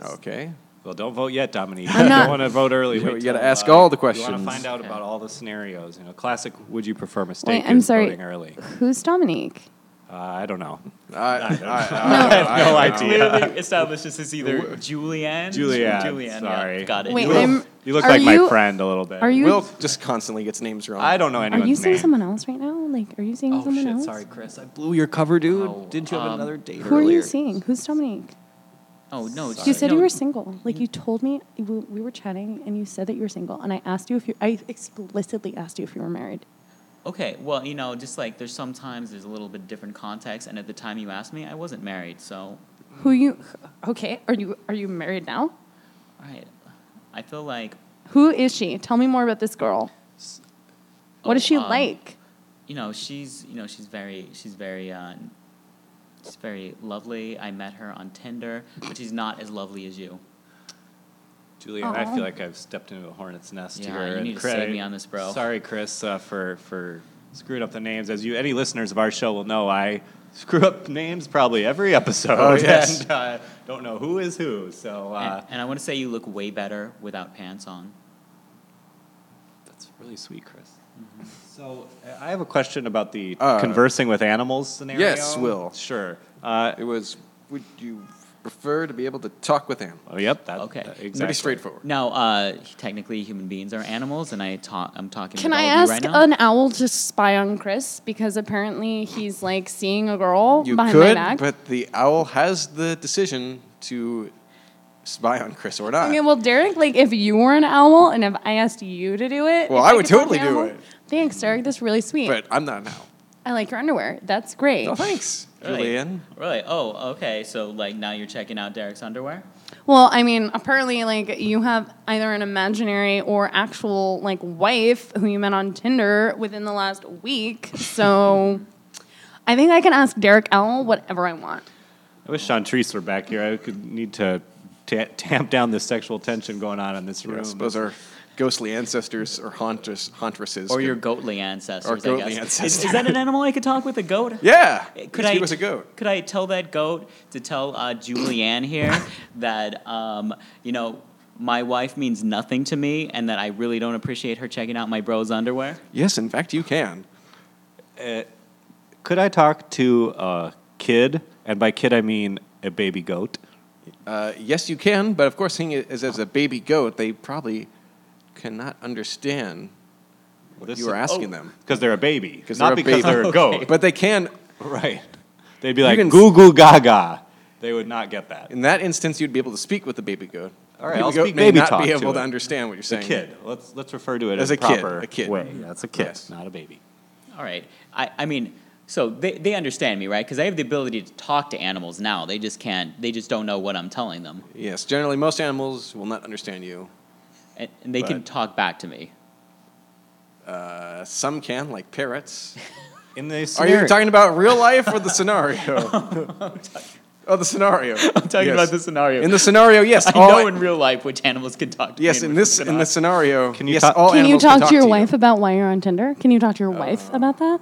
Speaker 1: Okay.
Speaker 2: Well, don't vote yet, Dominique.
Speaker 6: I'm
Speaker 2: You
Speaker 6: not-
Speaker 2: don't want to vote early.
Speaker 1: You
Speaker 2: Wait
Speaker 1: know, you gotta
Speaker 2: till, uh,
Speaker 1: ask all the
Speaker 2: You want
Speaker 1: questions.
Speaker 2: to find out
Speaker 5: Okay.
Speaker 2: about all the scenarios. You know, classic. Would you prefer mistake?
Speaker 6: Wait, I'm
Speaker 2: is
Speaker 6: sorry.
Speaker 2: Voting early.
Speaker 6: Who's Dominique?
Speaker 2: Uh, I don't know.
Speaker 1: I, I,
Speaker 2: no idea.
Speaker 5: Clearly establishes it's either Julianne.
Speaker 2: Julianne,
Speaker 5: Julianne.
Speaker 2: sorry.
Speaker 5: Yeah, got it.
Speaker 6: Wait,
Speaker 5: Julianne.
Speaker 6: I'm-
Speaker 2: You look
Speaker 6: Are
Speaker 2: like
Speaker 6: you-
Speaker 2: my friend a little bit.
Speaker 6: Are you
Speaker 1: Will just constantly gets names wrong.
Speaker 2: I don't know
Speaker 6: are
Speaker 2: anyone's
Speaker 6: you seeing
Speaker 2: name.
Speaker 6: someone else right now? Like, are you seeing
Speaker 2: Oh
Speaker 6: someone
Speaker 2: shit!
Speaker 6: else?
Speaker 2: Sorry, Chris. I blew your cover, dude.
Speaker 5: Oh,
Speaker 2: Didn't you have
Speaker 5: um,
Speaker 2: another date
Speaker 6: Who
Speaker 2: earlier?
Speaker 6: are you seeing? Who's Dominique?
Speaker 5: Oh no!
Speaker 6: You
Speaker 5: sorry.
Speaker 6: said
Speaker 5: No,
Speaker 6: you were single. Like you told me, we we were chatting, and you said that you were single, and I asked you if you. I explicitly asked you if you were married.
Speaker 5: Okay, well, you know, just like there's sometimes there's a little bit different context, and at the time you asked me, I wasn't married, so
Speaker 6: Who you? Okay, are you are you married now?
Speaker 5: all right. I feel like
Speaker 6: Who is she? Tell me more about this girl. What is
Speaker 5: Oh,
Speaker 6: she
Speaker 5: um,
Speaker 6: like?
Speaker 5: you know she's you know she's very she's very uh, she's very lovely. I met her on Tinder, but she's not as lovely as you.
Speaker 2: Julian, I
Speaker 6: Aw.
Speaker 2: feel like I've stepped into a hornet's nest
Speaker 5: Yeah,
Speaker 2: here.
Speaker 5: you
Speaker 2: and
Speaker 5: need to
Speaker 2: Chris-
Speaker 5: save me on this, bro.
Speaker 2: Sorry, Chris, uh, for for screwing up the names. As you, any listeners of our show will know, I screw up names probably every episode.
Speaker 1: Oh, yes.
Speaker 2: And uh, don't know who is who. So uh,
Speaker 5: And, and I want to say you look way better without pants on.
Speaker 2: that's really sweet, Chris. Mm-hmm. So uh, I have a question about the
Speaker 1: Uh,
Speaker 2: conversing with animals scenario.
Speaker 1: yes, Will.
Speaker 2: Sure. Uh,
Speaker 1: It was. Would you prefer to be able to talk with animals?
Speaker 2: oh, yep. That,
Speaker 5: Okay.
Speaker 2: that-
Speaker 5: Pretty
Speaker 1: Pretty
Speaker 2: exactly.
Speaker 1: straightforward.
Speaker 5: Now, uh, technically, human beings are animals, and I talk. I'm talking.
Speaker 6: Can
Speaker 5: with
Speaker 6: I
Speaker 5: all of
Speaker 6: ask
Speaker 5: you right now.
Speaker 6: an owl to spy on Chris because apparently he's like seeing a girl
Speaker 1: You
Speaker 6: behind my
Speaker 1: could,
Speaker 6: back?
Speaker 1: but the owl has the decision to spy on Chris or not.
Speaker 6: Okay, well, Derek, like if you were an owl and if I asked you to do it,
Speaker 1: Well,
Speaker 6: if
Speaker 1: I would
Speaker 6: could talk to
Speaker 1: totally
Speaker 6: an
Speaker 1: do
Speaker 6: owl-
Speaker 1: it.
Speaker 6: Thanks, Derek. That's really sweet.
Speaker 1: but I'm not an owl.
Speaker 6: I like your underwear. That's great.
Speaker 1: No, thanks,
Speaker 5: Really?
Speaker 1: Julian.
Speaker 5: Really? Oh, okay. So like now you're checking out Derek's underwear.
Speaker 6: Well, I mean, apparently, like you have either an imaginary or actual like wife who you met on Tinder within the last week. So, I think I can ask Derek Owl whatever I want.
Speaker 2: I wish Chantrice were back here. I could need to ta tamp down the sexual tension going on in this room.
Speaker 1: I suppose our ghostly ancestors or hauntress, hauntresses.
Speaker 5: Or
Speaker 1: could-
Speaker 5: your goatly ancestors,
Speaker 1: Or goatly
Speaker 5: I guess. Is- Is,
Speaker 1: ancestors.
Speaker 5: that an animal I could talk with? A goat?
Speaker 1: yeah.
Speaker 5: Could
Speaker 1: he
Speaker 5: I,
Speaker 1: was a goat.
Speaker 5: Could I tell that goat to tell uh, Julianne here that, um, you know, my wife means nothing to me and that I really don't appreciate her checking out my bro's underwear?
Speaker 1: Yes, in fact, you can.
Speaker 2: Could I talk to a kid? And by kid, I mean a baby goat.
Speaker 1: Uh, yes, you can, but of course, seeing it as, as a baby goat, they probably cannot understand what
Speaker 2: This-
Speaker 1: you are asking them.
Speaker 2: Because they're a baby.
Speaker 1: 'Cause
Speaker 2: Not
Speaker 1: they're a baby.
Speaker 2: because they're a goat.
Speaker 1: But they can,
Speaker 2: Right. They'd be like,
Speaker 1: can s-
Speaker 2: goo goo gaga. They would not get that.
Speaker 1: in that instance, you'd be able to speak with the baby goat.
Speaker 2: All right,
Speaker 1: baby
Speaker 2: I'll
Speaker 1: goat
Speaker 2: speak
Speaker 1: may
Speaker 2: baby
Speaker 1: not
Speaker 2: talk
Speaker 1: be
Speaker 2: to
Speaker 1: able to
Speaker 2: it.
Speaker 1: understand what you're
Speaker 2: It's a
Speaker 1: saying.
Speaker 2: kid. Let's, let's refer to it
Speaker 1: As
Speaker 2: as,
Speaker 1: a kid,
Speaker 2: proper
Speaker 1: a kid.
Speaker 2: way. That's a kid,
Speaker 1: Yes.
Speaker 2: not a baby.
Speaker 5: All right. I, I mean, so they, they understand me, right? Because I have the ability to talk to animals now. They just can't, they just don't know what I'm telling them.
Speaker 1: Yes, generally, most animals will not understand you.
Speaker 5: And, and they can
Speaker 1: Right.
Speaker 5: talk back to me.
Speaker 1: Uh, some can, like parrots.
Speaker 2: In the
Speaker 1: Are you talking about real life or the scenario? oh, the scenario. I'm
Speaker 5: Talking about the scenario.
Speaker 1: In the scenario, yes.
Speaker 5: I
Speaker 1: all-
Speaker 5: know in real life which animals can talk to me.
Speaker 1: yes,
Speaker 5: and
Speaker 1: in
Speaker 5: which
Speaker 1: this
Speaker 5: ones
Speaker 1: in
Speaker 5: cannot.
Speaker 1: this scenario,
Speaker 2: Can you
Speaker 1: yes,
Speaker 2: talk-
Speaker 1: all
Speaker 7: Can you Uh,
Speaker 1: animals
Speaker 7: talk to your
Speaker 1: you.
Speaker 7: wife about why you're on Tinder? Can you talk to your wife about that?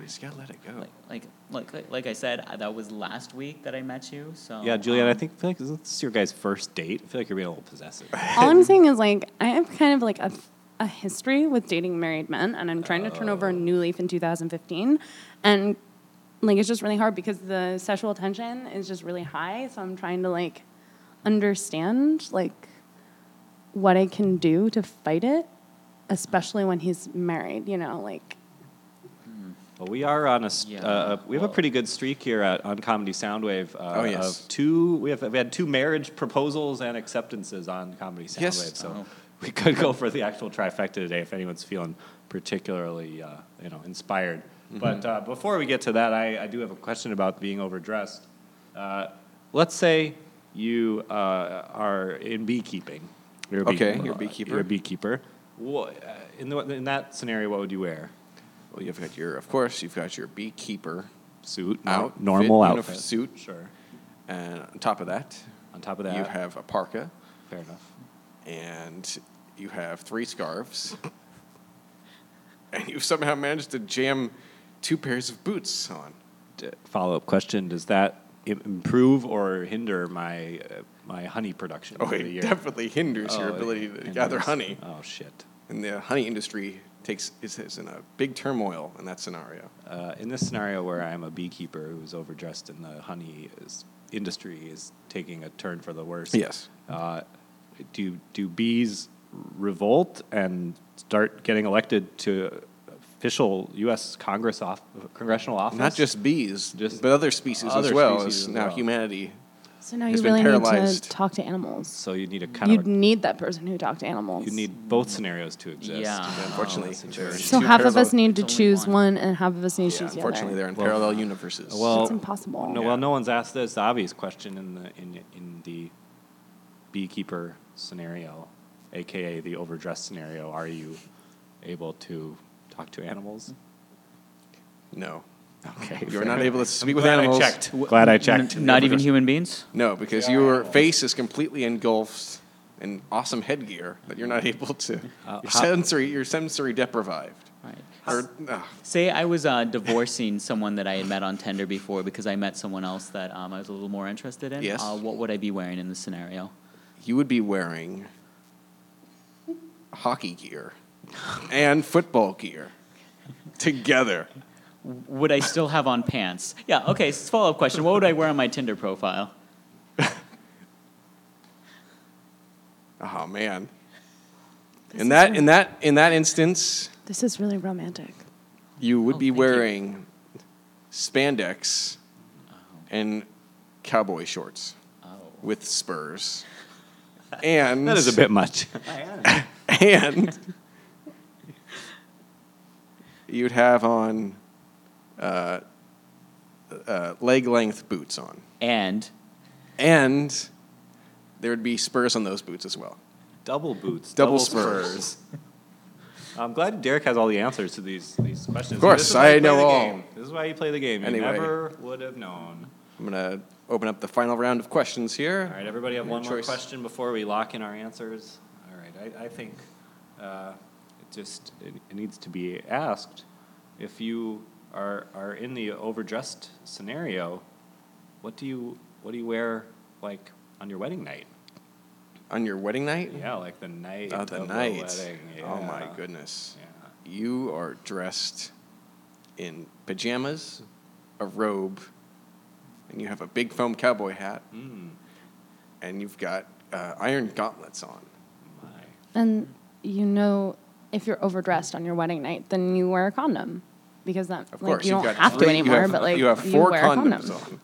Speaker 1: You just gotta let it go.
Speaker 5: like like like, like I said, I- that was last week that I met you. So
Speaker 2: Yeah, Julian, I
Speaker 5: um,
Speaker 2: think feel like this is your guy's first date. I feel like you're being a little possessive.
Speaker 6: All I'm saying is like I have kind of like a, a history with dating married men, and I'm trying to turn over a
Speaker 1: Oh.
Speaker 6: new leaf in 2015, and like it's just really hard because the sexual tension is just really high. So I'm trying to like understand like what I can do to fight it, especially when he's married. You know, like
Speaker 2: Well, we are on a st-
Speaker 5: Yeah,
Speaker 2: uh, we have a
Speaker 5: well-
Speaker 2: pretty good streak here at, on Comedy Soundwave. Uh,
Speaker 1: Oh, yes.
Speaker 2: Of two, we have we had two marriage proposals and acceptances on Comedy Soundwave.
Speaker 1: Yes. Uh-huh.
Speaker 2: So
Speaker 5: Oh.
Speaker 2: we could go for the actual trifecta today if anyone's feeling particularly uh, you know inspired.
Speaker 1: Mm-hmm.
Speaker 2: But uh, before we get to that, I, I do have a question about being overdressed. Uh, let's say you uh, are in beekeeping. You're a
Speaker 1: Okay,
Speaker 2: bee- uh,
Speaker 1: you're a beekeeper.
Speaker 2: You're a beekeeper. Wha- uh, in, the, in that scenario, what would you wear?
Speaker 1: Well, you've got your, of course, you've got your beekeeper
Speaker 2: Suit,
Speaker 1: out,
Speaker 2: normal
Speaker 1: fit,
Speaker 2: outfit,
Speaker 1: unif- suit,
Speaker 2: Sure.
Speaker 1: and uh, on top of that,
Speaker 2: On top of that,
Speaker 1: you have a parka,
Speaker 2: fair enough.
Speaker 1: and you have three scarves, and you've somehow managed to jam two pairs of boots on.
Speaker 2: Follow up question: Does that i- improve or hinder my uh, my honey production
Speaker 1: Oh,
Speaker 2: for the
Speaker 1: it
Speaker 2: year?
Speaker 1: definitely hinders your
Speaker 2: Oh, it
Speaker 1: ability to
Speaker 2: hinders.
Speaker 1: gather honey.
Speaker 2: Oh shit!
Speaker 1: And the honey industry takes is, is in a big turmoil in that scenario.
Speaker 2: Uh, in this scenario where I'm a beekeeper who's overdressed and the honey is, industry is taking a turn for the worse.
Speaker 1: Yes.
Speaker 2: Uh, do do bees revolt and start getting elected to official U.S. Congress off, congressional office?
Speaker 1: Not just bees,
Speaker 2: Just
Speaker 1: but other species as
Speaker 2: other
Speaker 1: well.
Speaker 2: species
Speaker 1: as
Speaker 2: as
Speaker 1: now
Speaker 2: well.
Speaker 1: humanity.
Speaker 7: So now
Speaker 1: He's
Speaker 7: you
Speaker 1: been
Speaker 7: really need to
Speaker 1: paralyzed.
Speaker 7: talk to animals.
Speaker 2: so you need a kind
Speaker 7: You'd
Speaker 2: of a-
Speaker 7: need that person who talked to animals.
Speaker 2: you need both scenarios to exist.
Speaker 5: Yeah.
Speaker 1: Unfortunately,
Speaker 2: situation.
Speaker 1: there's
Speaker 7: so
Speaker 1: two
Speaker 7: half of
Speaker 1: parallel-
Speaker 7: us need to
Speaker 5: It's only
Speaker 7: choose
Speaker 5: one.
Speaker 7: one, and half of us need to
Speaker 1: Yeah,
Speaker 7: choose the other.
Speaker 1: unfortunately, they're in
Speaker 2: Well-
Speaker 1: parallel universes.
Speaker 2: Well,
Speaker 7: That's impossible.
Speaker 2: No, well, no one's asked this the obvious question in the in in the beekeeper scenario, aka the overdressed scenario. Are you able to talk to animals?
Speaker 1: no,
Speaker 2: Okay,
Speaker 1: you're not able to speak with
Speaker 2: Glad
Speaker 1: animals.
Speaker 2: I checked. Glad I checked.
Speaker 5: Not even human beings.
Speaker 1: No, because your face is completely engulfed in awesome headgear that you're not able to.
Speaker 2: Uh,
Speaker 1: you're
Speaker 2: how-
Speaker 1: sensory, you're sensory deprived.
Speaker 5: Right.
Speaker 1: Or, ah,
Speaker 5: Say I was uh, divorcing someone that I had met on Tinder before because I met someone else that um, I was a little more interested in.
Speaker 1: Yes.
Speaker 5: Uh, what would I be wearing in this scenario?
Speaker 1: you would be wearing hockey gear and football gear together.
Speaker 5: Would I still have on pants? Yeah. Okay. So follow up question: What would I wear on my Tinder profile?
Speaker 1: Oh man. In that in that in that instance,
Speaker 7: This is really romantic.
Speaker 1: you would
Speaker 5: Oh,
Speaker 1: be
Speaker 5: thank you.
Speaker 1: wearing spandex and cowboy shorts with spurs. And
Speaker 2: That is a bit much.
Speaker 1: and you'd have on uh, uh, leg length boots on,
Speaker 5: And
Speaker 1: and there would be spurs on those boots as well.
Speaker 2: Double boots.
Speaker 1: Double spurs.
Speaker 2: I'm glad Derek has all the answers to these these questions. Of
Speaker 1: course, I know all.
Speaker 2: This is why you play the game. You
Speaker 1: Anyway.
Speaker 2: never would have known.
Speaker 1: I'm gonna open up the final round of questions here.
Speaker 2: All right, everybody have
Speaker 1: Your
Speaker 2: one more
Speaker 1: choice.
Speaker 2: question before we lock in our answers. All right, I, I think uh, uh, it just it, it needs to be asked. If you are are in the overdressed scenario, what do you what do you wear like on your wedding night?
Speaker 1: On your wedding night?
Speaker 2: Yeah, like the night
Speaker 1: Oh,
Speaker 2: of
Speaker 1: the night.
Speaker 2: wedding.
Speaker 1: Oh my
Speaker 2: yeah.
Speaker 1: goodness.
Speaker 2: Yeah.
Speaker 1: You are dressed in pajamas, a robe, and you have a big foam cowboy hat,
Speaker 2: Hmm.
Speaker 1: and you've got uh, iron gauntlets on.
Speaker 2: My.
Speaker 6: And you know, if you're overdressed on your wedding night, then you wear a condom because that
Speaker 1: Of
Speaker 6: like
Speaker 1: course,
Speaker 6: you
Speaker 1: you've
Speaker 6: don't
Speaker 1: got
Speaker 6: have to
Speaker 1: three- you
Speaker 6: anymore.
Speaker 1: have-
Speaker 6: but like
Speaker 1: you have four
Speaker 6: wear a
Speaker 1: condoms
Speaker 6: condom.
Speaker 1: on.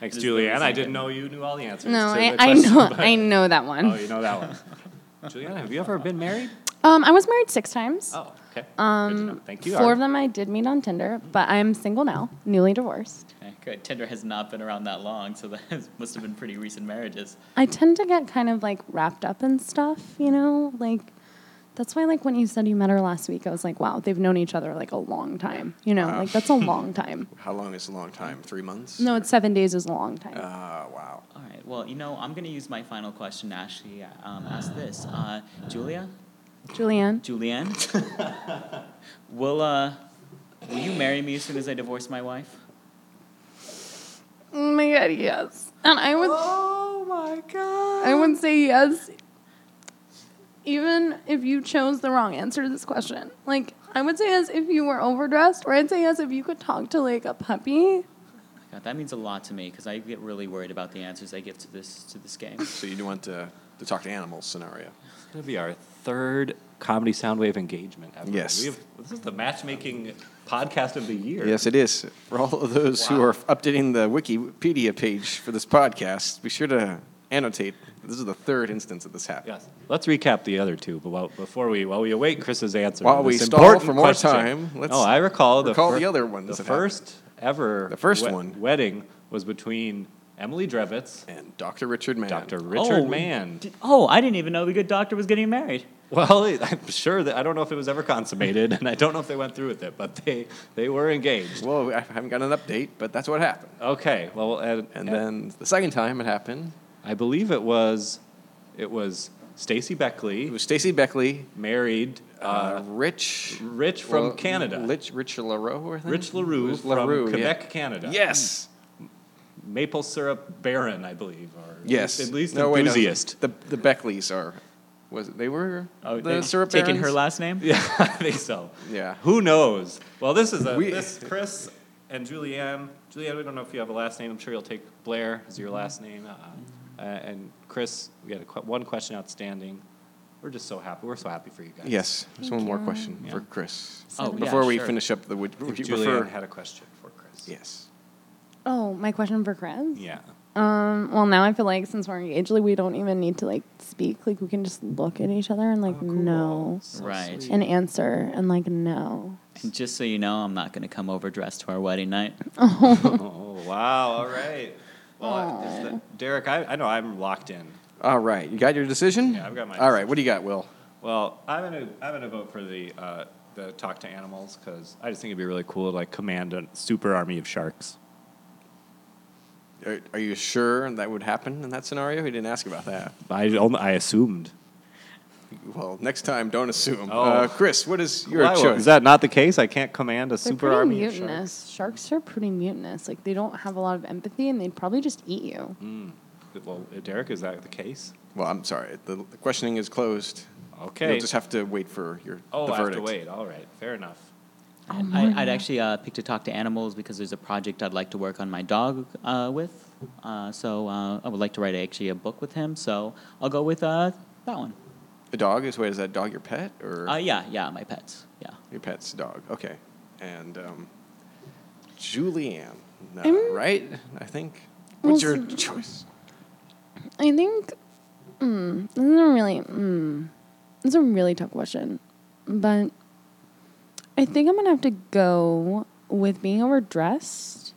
Speaker 2: Thanks,
Speaker 5: Just
Speaker 2: Julianne.
Speaker 5: noticing
Speaker 2: I didn't
Speaker 5: it.
Speaker 2: know you knew all the answers.
Speaker 6: No,
Speaker 2: to the
Speaker 6: I, I
Speaker 2: question,
Speaker 6: know
Speaker 2: but-
Speaker 6: I know that one.
Speaker 2: Oh, you know that one. Julianne, have you ever been married?
Speaker 6: Um, I was married six times.
Speaker 2: Oh, okay. Good to know.
Speaker 6: Um,
Speaker 2: Thank you.
Speaker 6: Four
Speaker 2: Ari.
Speaker 6: of them I did meet on Tinder, but I'm single now, newly divorced.
Speaker 5: Okay, good. Tinder has not been around that long, so that has- must have been pretty recent marriages.
Speaker 6: I tend to get kind of like wrapped up in stuff, you know, like. That's why, like, when you said you met her last week, I was like, wow, they've known each other like a long time. You know, like, that's a long time.
Speaker 1: How long is a long time? Three months?
Speaker 6: No, it's seven days is a long time.
Speaker 1: Ah, wow.
Speaker 5: All right. Well, you know, I'm going to use my final question to actually um, ask this. Uh, Julia?
Speaker 6: Julianne?
Speaker 5: Julianne? will, uh, will you marry me as soon as I divorce my wife?
Speaker 6: Oh my god, yes. And I would. Oh my god. I would say yes, even if you chose the wrong answer to this question. Like, I would say yes if you were overdressed, or I'd say yes if you could talk to like a puppy.
Speaker 5: God, that means a lot to me because I get really worried about the answers I give to this to this game.
Speaker 1: So you do want the, the talk to animals scenario.
Speaker 2: It's going to be our third Comedy Soundwave engagement ever.
Speaker 1: Yes.
Speaker 2: We have, this is the matchmaking podcast of the year.
Speaker 1: Yes, it is. For all of those who
Speaker 2: Wow.
Speaker 1: are updating the Wikipedia page for this podcast, be sure to annotate. This is the third instance of this happening.
Speaker 2: Yes. Let's recap the other two, but while, before we while we await Chris's answer.
Speaker 1: While
Speaker 2: on
Speaker 1: we
Speaker 2: this
Speaker 1: stall
Speaker 2: important
Speaker 1: for more
Speaker 2: question-
Speaker 1: time, let's
Speaker 2: no, I recall the
Speaker 1: recall
Speaker 2: fir-
Speaker 1: the other ones
Speaker 2: The
Speaker 1: that
Speaker 2: first ever
Speaker 1: The first one.
Speaker 2: wedding was between Emily Drevitz,
Speaker 1: And Dr. Richard Mann.
Speaker 2: Dr. Richard
Speaker 5: Oh,
Speaker 2: Mann.
Speaker 5: Did- oh, I didn't even know the good doctor was getting married.
Speaker 2: Well, I'm sure that I don't know if it was ever consummated, and I don't know if they went through with it, but they they were engaged.
Speaker 1: Well, I haven't got an update, but that's what happened.
Speaker 2: Okay. Well, and,
Speaker 1: And then the second time it happened,
Speaker 2: I believe it was it was Stacy Beckley
Speaker 1: it was Stacy Beckley,
Speaker 2: married
Speaker 1: uh,
Speaker 2: uh,
Speaker 1: Rich
Speaker 2: Rich from
Speaker 1: well,
Speaker 2: Canada,
Speaker 1: Rich, Rich LaRoe, I think?
Speaker 2: Rich Larue
Speaker 1: It Uh, was
Speaker 2: from
Speaker 1: yeah.
Speaker 2: Quebec, Canada.
Speaker 1: Yes.
Speaker 2: maple syrup baron, I believe, or at
Speaker 1: Yes.
Speaker 2: least- at least
Speaker 1: No, wait, no.
Speaker 2: enthusiast.
Speaker 1: The, the Beckleys are, was it, they were
Speaker 5: Oh,
Speaker 1: the
Speaker 5: they-
Speaker 1: syrup
Speaker 5: taking her
Speaker 1: barons?
Speaker 5: last name.
Speaker 2: Yeah, I think so.
Speaker 1: Yeah.
Speaker 2: Who knows? Well, this is a
Speaker 1: We-
Speaker 2: this Chris and Julianne. Julianne, we don't know if you have a last name. I'm sure you'll take Blair as your last name. Uh, uh, and Chris, we had a, que- one question outstanding. We're just so happy. We're so happy for you guys.
Speaker 1: Yes. There's one more question for Chris.
Speaker 5: Oh, yeah,
Speaker 1: Before we
Speaker 5: sure.
Speaker 1: finish up the would,
Speaker 2: If
Speaker 1: would you
Speaker 2: Julianne
Speaker 1: prefer?
Speaker 2: had a question for Chris.
Speaker 1: yes.
Speaker 6: Oh, my question for Chris?
Speaker 2: Yeah.
Speaker 6: Um, well, now I feel like since we're engaged, like, we don't even need to like speak. Like, we can just look at each other and like, no.
Speaker 2: So
Speaker 5: Right.
Speaker 2: sweet.
Speaker 6: Oh, And answer and like, no.
Speaker 5: And just so you know, I'm not going to come overdressed to our wedding night.
Speaker 2: Oh wow! All right. Well, I- is that- Derek, I, I know I'm locked in.
Speaker 1: All right. You got your decision?
Speaker 2: Yeah, I've got my
Speaker 1: All right. What do you got, Will?
Speaker 2: Well, I'm gonna I'm gonna vote for the uh, the talk to animals because I just think it'd be really cool to like command a super army of sharks.
Speaker 1: Are, are you sure that would happen in that scenario? He didn't ask about that.
Speaker 2: I only, I assumed.
Speaker 1: Well, next time, don't assume.
Speaker 2: Oh.
Speaker 1: Uh, Chris, what is your
Speaker 2: Why-
Speaker 1: choice?
Speaker 2: Is that not the case? I can't command a
Speaker 6: They're
Speaker 2: super
Speaker 6: pretty
Speaker 2: army of sharks.
Speaker 6: mutinous. Sharks. are pretty mutinous. Like they don't have a lot of empathy, and they'd probably just eat you.
Speaker 2: Well, Derek, is that the case?
Speaker 1: well, I'm sorry. The, the questioning is closed.
Speaker 2: Okay.
Speaker 1: You'll just have to wait for your
Speaker 2: oh,
Speaker 1: the
Speaker 2: I have
Speaker 1: verdict.
Speaker 2: to wait. All right, fair enough.
Speaker 5: I, I'd actually uh, pick to talk to animals because there's a project I'd like to work on my dog uh, with. Uh, so uh, I would like to write actually a book with him. So I'll go with uh, that one.
Speaker 1: The dog is wait. Is that dog your pet or
Speaker 5: Uh, yeah, yeah, my pets. Yeah.
Speaker 1: your pet's dog? Okay. And um, Julianne, no,
Speaker 6: I'm-
Speaker 1: right? I think. What's your
Speaker 6: Well,
Speaker 1: choice?
Speaker 6: I think. Mm, this is a really. Mm, this is a really tough question, but I think I'm gonna have to go with being overdressed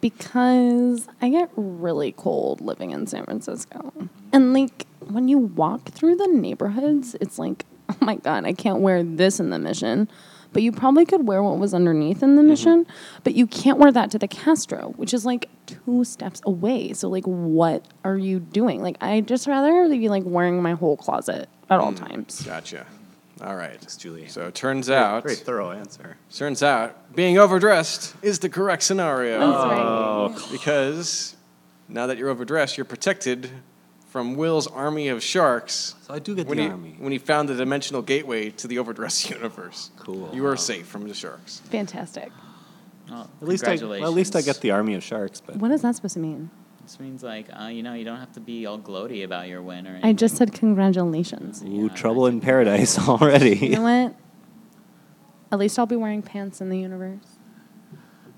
Speaker 6: because I get really cold living in San Francisco, and like when you walk through the neighborhoods, it's like, oh my god, I can't wear this in the Mission. But you probably could wear what was underneath in the mission, but you can't wear that to the Castro, which is like two steps away. So like, what are you doing? Like, I just rather be like wearing my whole closet at all times.
Speaker 1: Gotcha. All right.
Speaker 2: Thanks, Julie.
Speaker 1: So it turns out,
Speaker 2: Very thorough answer.
Speaker 1: turns out, being overdressed is the correct scenario.
Speaker 6: That's right.
Speaker 2: Oh.
Speaker 1: Because now that you're overdressed, you're protected from Will's army of sharks.
Speaker 2: So I do get
Speaker 1: When
Speaker 2: the
Speaker 1: he,
Speaker 2: army.
Speaker 1: when he found the dimensional gateway to the overdressed universe,
Speaker 2: Cool.
Speaker 1: You are safe from the sharks.
Speaker 6: Fantastic.
Speaker 5: Oh,
Speaker 2: At least I,
Speaker 5: congratulations.
Speaker 2: well, at least I get the army of sharks, but
Speaker 6: What is that supposed to mean?
Speaker 5: This means like uh, you know you don't have to be all gloaty about your win or anything.
Speaker 6: I just said congratulations.
Speaker 2: ooh,
Speaker 5: Yeah,
Speaker 2: trouble
Speaker 5: that's
Speaker 2: in paradise already.
Speaker 6: You know what? At least I'll be wearing pants in the universe.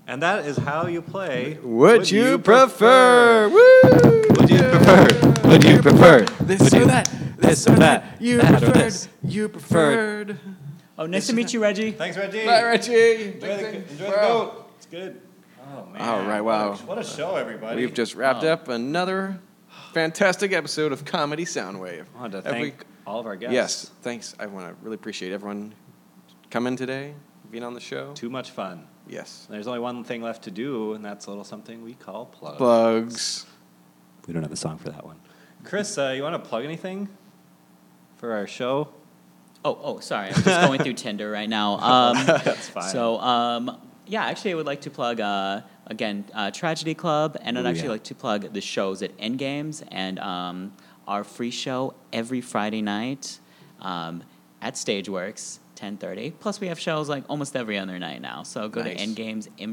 Speaker 2: And that is how you play.
Speaker 1: Would, you, prefer? Woo!
Speaker 2: Would you prefer? Would you prefer?
Speaker 1: This
Speaker 2: Would
Speaker 1: or
Speaker 2: you-
Speaker 1: that?
Speaker 2: This or that?
Speaker 1: You
Speaker 2: that or
Speaker 1: preferred.
Speaker 2: this.
Speaker 1: You preferred.
Speaker 5: Oh, nice to meet you, Reggie.
Speaker 2: Thanks, Reggie.
Speaker 1: Bye, Reggie.
Speaker 2: Enjoy the, enjoy the goat. It's good. Oh man.
Speaker 1: All right, wow.
Speaker 2: What a show, everybody.
Speaker 1: We've just wrapped up another fantastic episode of Comedy Soundwave.
Speaker 2: I wanted to
Speaker 1: Every-
Speaker 2: thank all of our guests.
Speaker 1: yes, thanks. I want to really appreciate everyone coming today, being on the show.
Speaker 2: Too much fun.
Speaker 1: Yes.
Speaker 2: There's only one thing left to do, and that's a little something we call plug.
Speaker 1: Bugs.
Speaker 2: We don't have a song for that one. Chris, uh, you want to plug anything for our show?
Speaker 5: Oh, oh, sorry. I'm just going through Tinder right now. Um,
Speaker 2: That's fine.
Speaker 5: So, um, yeah, actually, I would like to plug uh, again uh, Tragedy Club, and I'd
Speaker 2: Ooh,
Speaker 5: actually
Speaker 2: yeah.
Speaker 5: like to plug the shows at Endgames and um, our free show every Friday night um, at Stageworks. 10:30. Plus, we have shows like almost every other night now. So go
Speaker 1: Nice.
Speaker 5: to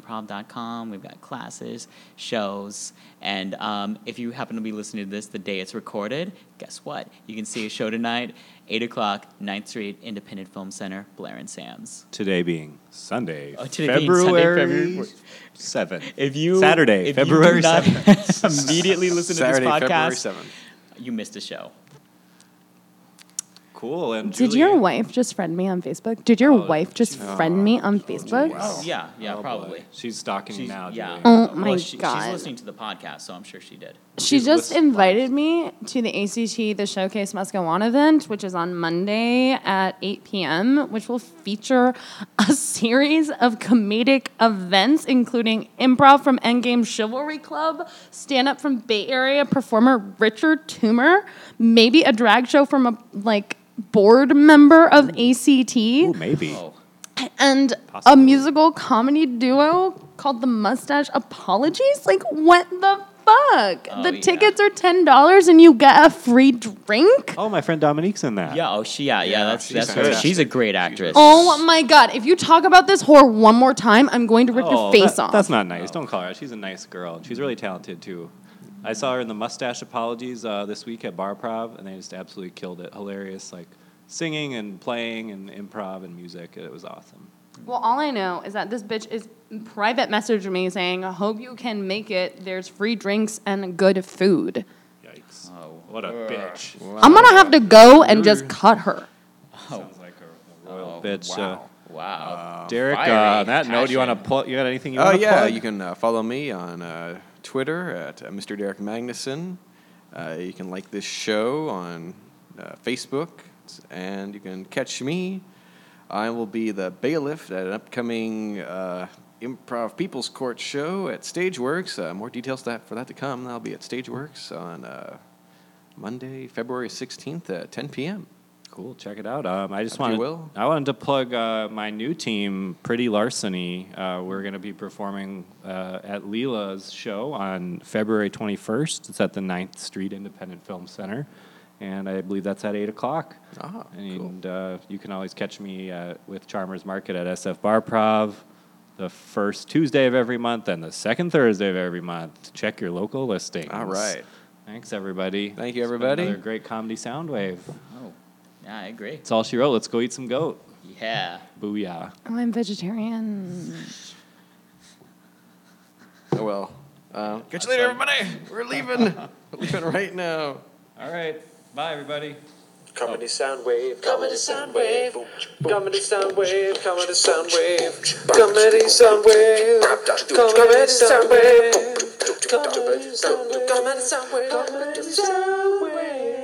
Speaker 5: endgamesimprov.com. We've got classes, shows, and um, if you happen to be listening to this the day it's recorded, guess what? You can see a show tonight, eight o'clock, 9th Street Independent Film Center, Blair and Sam's.
Speaker 2: Today being Sunday,
Speaker 5: Oh, today being Sunday,
Speaker 2: February
Speaker 5: February-
Speaker 2: seventh.
Speaker 5: If you
Speaker 2: Saturday,
Speaker 5: if you do
Speaker 2: February
Speaker 5: not
Speaker 2: seventh.
Speaker 5: immediately listen
Speaker 1: Saturday,
Speaker 5: to this
Speaker 1: February
Speaker 5: podcast,
Speaker 1: 7th.
Speaker 5: you missed a show.
Speaker 2: Cool. And
Speaker 6: Did
Speaker 2: Julie-
Speaker 6: your wife just friend me on Facebook? Did your
Speaker 2: Oh,
Speaker 6: wife just friend me on Facebook?
Speaker 1: wow.
Speaker 5: Yeah, yeah,
Speaker 2: Oh,
Speaker 5: probably.
Speaker 2: boy. She's stalking you
Speaker 5: She's-
Speaker 2: now.
Speaker 5: yeah.
Speaker 2: Julie.
Speaker 6: Oh my
Speaker 5: well, she,
Speaker 6: God.
Speaker 5: She's listening to the podcast, so I'm sure she did.
Speaker 6: She
Speaker 2: She's
Speaker 6: just
Speaker 2: listening.
Speaker 6: invited me to the ACT The Showcase Must Go On event, which is on Monday at 8 p.m., which will feature a series of comedic events, including improv from Endgame Chivalry Club, stand up from Bay Area performer Richard Toomer, maybe a drag show from a like board member of ACT
Speaker 2: Ooh, maybe.
Speaker 5: Oh,
Speaker 6: and a
Speaker 2: Possibly.
Speaker 6: musical comedy duo called the Mustache Apologies. Like, what the fuck?
Speaker 5: Oh,
Speaker 6: the
Speaker 5: yeah.
Speaker 6: tickets are ten dollars, and you get a free drink.
Speaker 2: Oh, my friend Dominique's in that.
Speaker 5: yeah, oh, she, yeah, yeah.
Speaker 1: Yeah,
Speaker 5: that's
Speaker 1: she's
Speaker 5: that's her. She's a great actress.
Speaker 6: Oh my god! If you talk about this whore one more time, I'm going to rip
Speaker 2: Oh,
Speaker 6: your face
Speaker 2: that-
Speaker 6: off.
Speaker 2: That's not nice. Don't call her. out. She's a nice girl. and She's really talented too. I saw her in the Mustache Apologies uh, this week at Barprov, and they just absolutely killed it. Hilarious, like singing and playing and improv and music. It was awesome.
Speaker 6: well, all I know is that this bitch is private messaging me saying, "I hope you can make it. There's free drinks and good food."
Speaker 2: Yikes!
Speaker 5: Oh.
Speaker 2: What a bitch!
Speaker 6: I'm gonna have to go and just cut her.
Speaker 2: Sounds like a, a royal
Speaker 5: Oh,
Speaker 2: bitch.
Speaker 5: Wow. wow.
Speaker 2: Uh, Derek, uh,
Speaker 5: Fiery
Speaker 2: on that note, you want to
Speaker 5: passion.
Speaker 2: pull? You got anything you
Speaker 1: Oh,
Speaker 2: want to
Speaker 1: yeah.
Speaker 2: plug?
Speaker 1: You can uh, follow me on uh, Twitter at uh, Mr. Derek Magnuson. Uh, you can like this show on uh, Facebook, and you can catch me. I will be the bailiff at an upcoming uh, Improv People's Court show at Stageworks. Uh, more details that, for that to come. I'll be at Stageworks on uh, Monday, February 16th at 10 p.m.
Speaker 2: Cool, check it out. Um, I just
Speaker 1: Hope you
Speaker 2: wanted,
Speaker 1: will.
Speaker 2: I wanted to plug uh, my new team, Pretty Larceny. Uh, we're going to be performing uh, at Leela's show on February 21st. It's at the 9th Street Independent Film Center, and I believe that's at 8 o'clock.
Speaker 1: Ah, cool.
Speaker 2: and uh, you can always catch me uh, with Charmers Market at SF Barprov the first Tuesday of every month and the second Thursday of every month. Check your local listings.
Speaker 1: All right.
Speaker 2: Thanks, everybody.
Speaker 1: Thank you,
Speaker 2: It's been
Speaker 1: everybody.
Speaker 2: another great comedy sound wave.
Speaker 5: Oh, yeah, I agree.
Speaker 2: It's all she wrote. Let's go eat some goat.
Speaker 5: Yeah.
Speaker 2: Booyah.
Speaker 6: Oh, I'm vegetarian.
Speaker 1: Oh, well. Uh, catch you later, everybody. We're leaving. We're leaving right now.
Speaker 2: All right. Bye, everybody.
Speaker 3: Comedy sound wave.
Speaker 4: Comedy sound wave. Comedy sound wave. Comedy sound wave. Comedy sound wave. Comedy sound wave. Comedy sound wave. Comedy sound wave.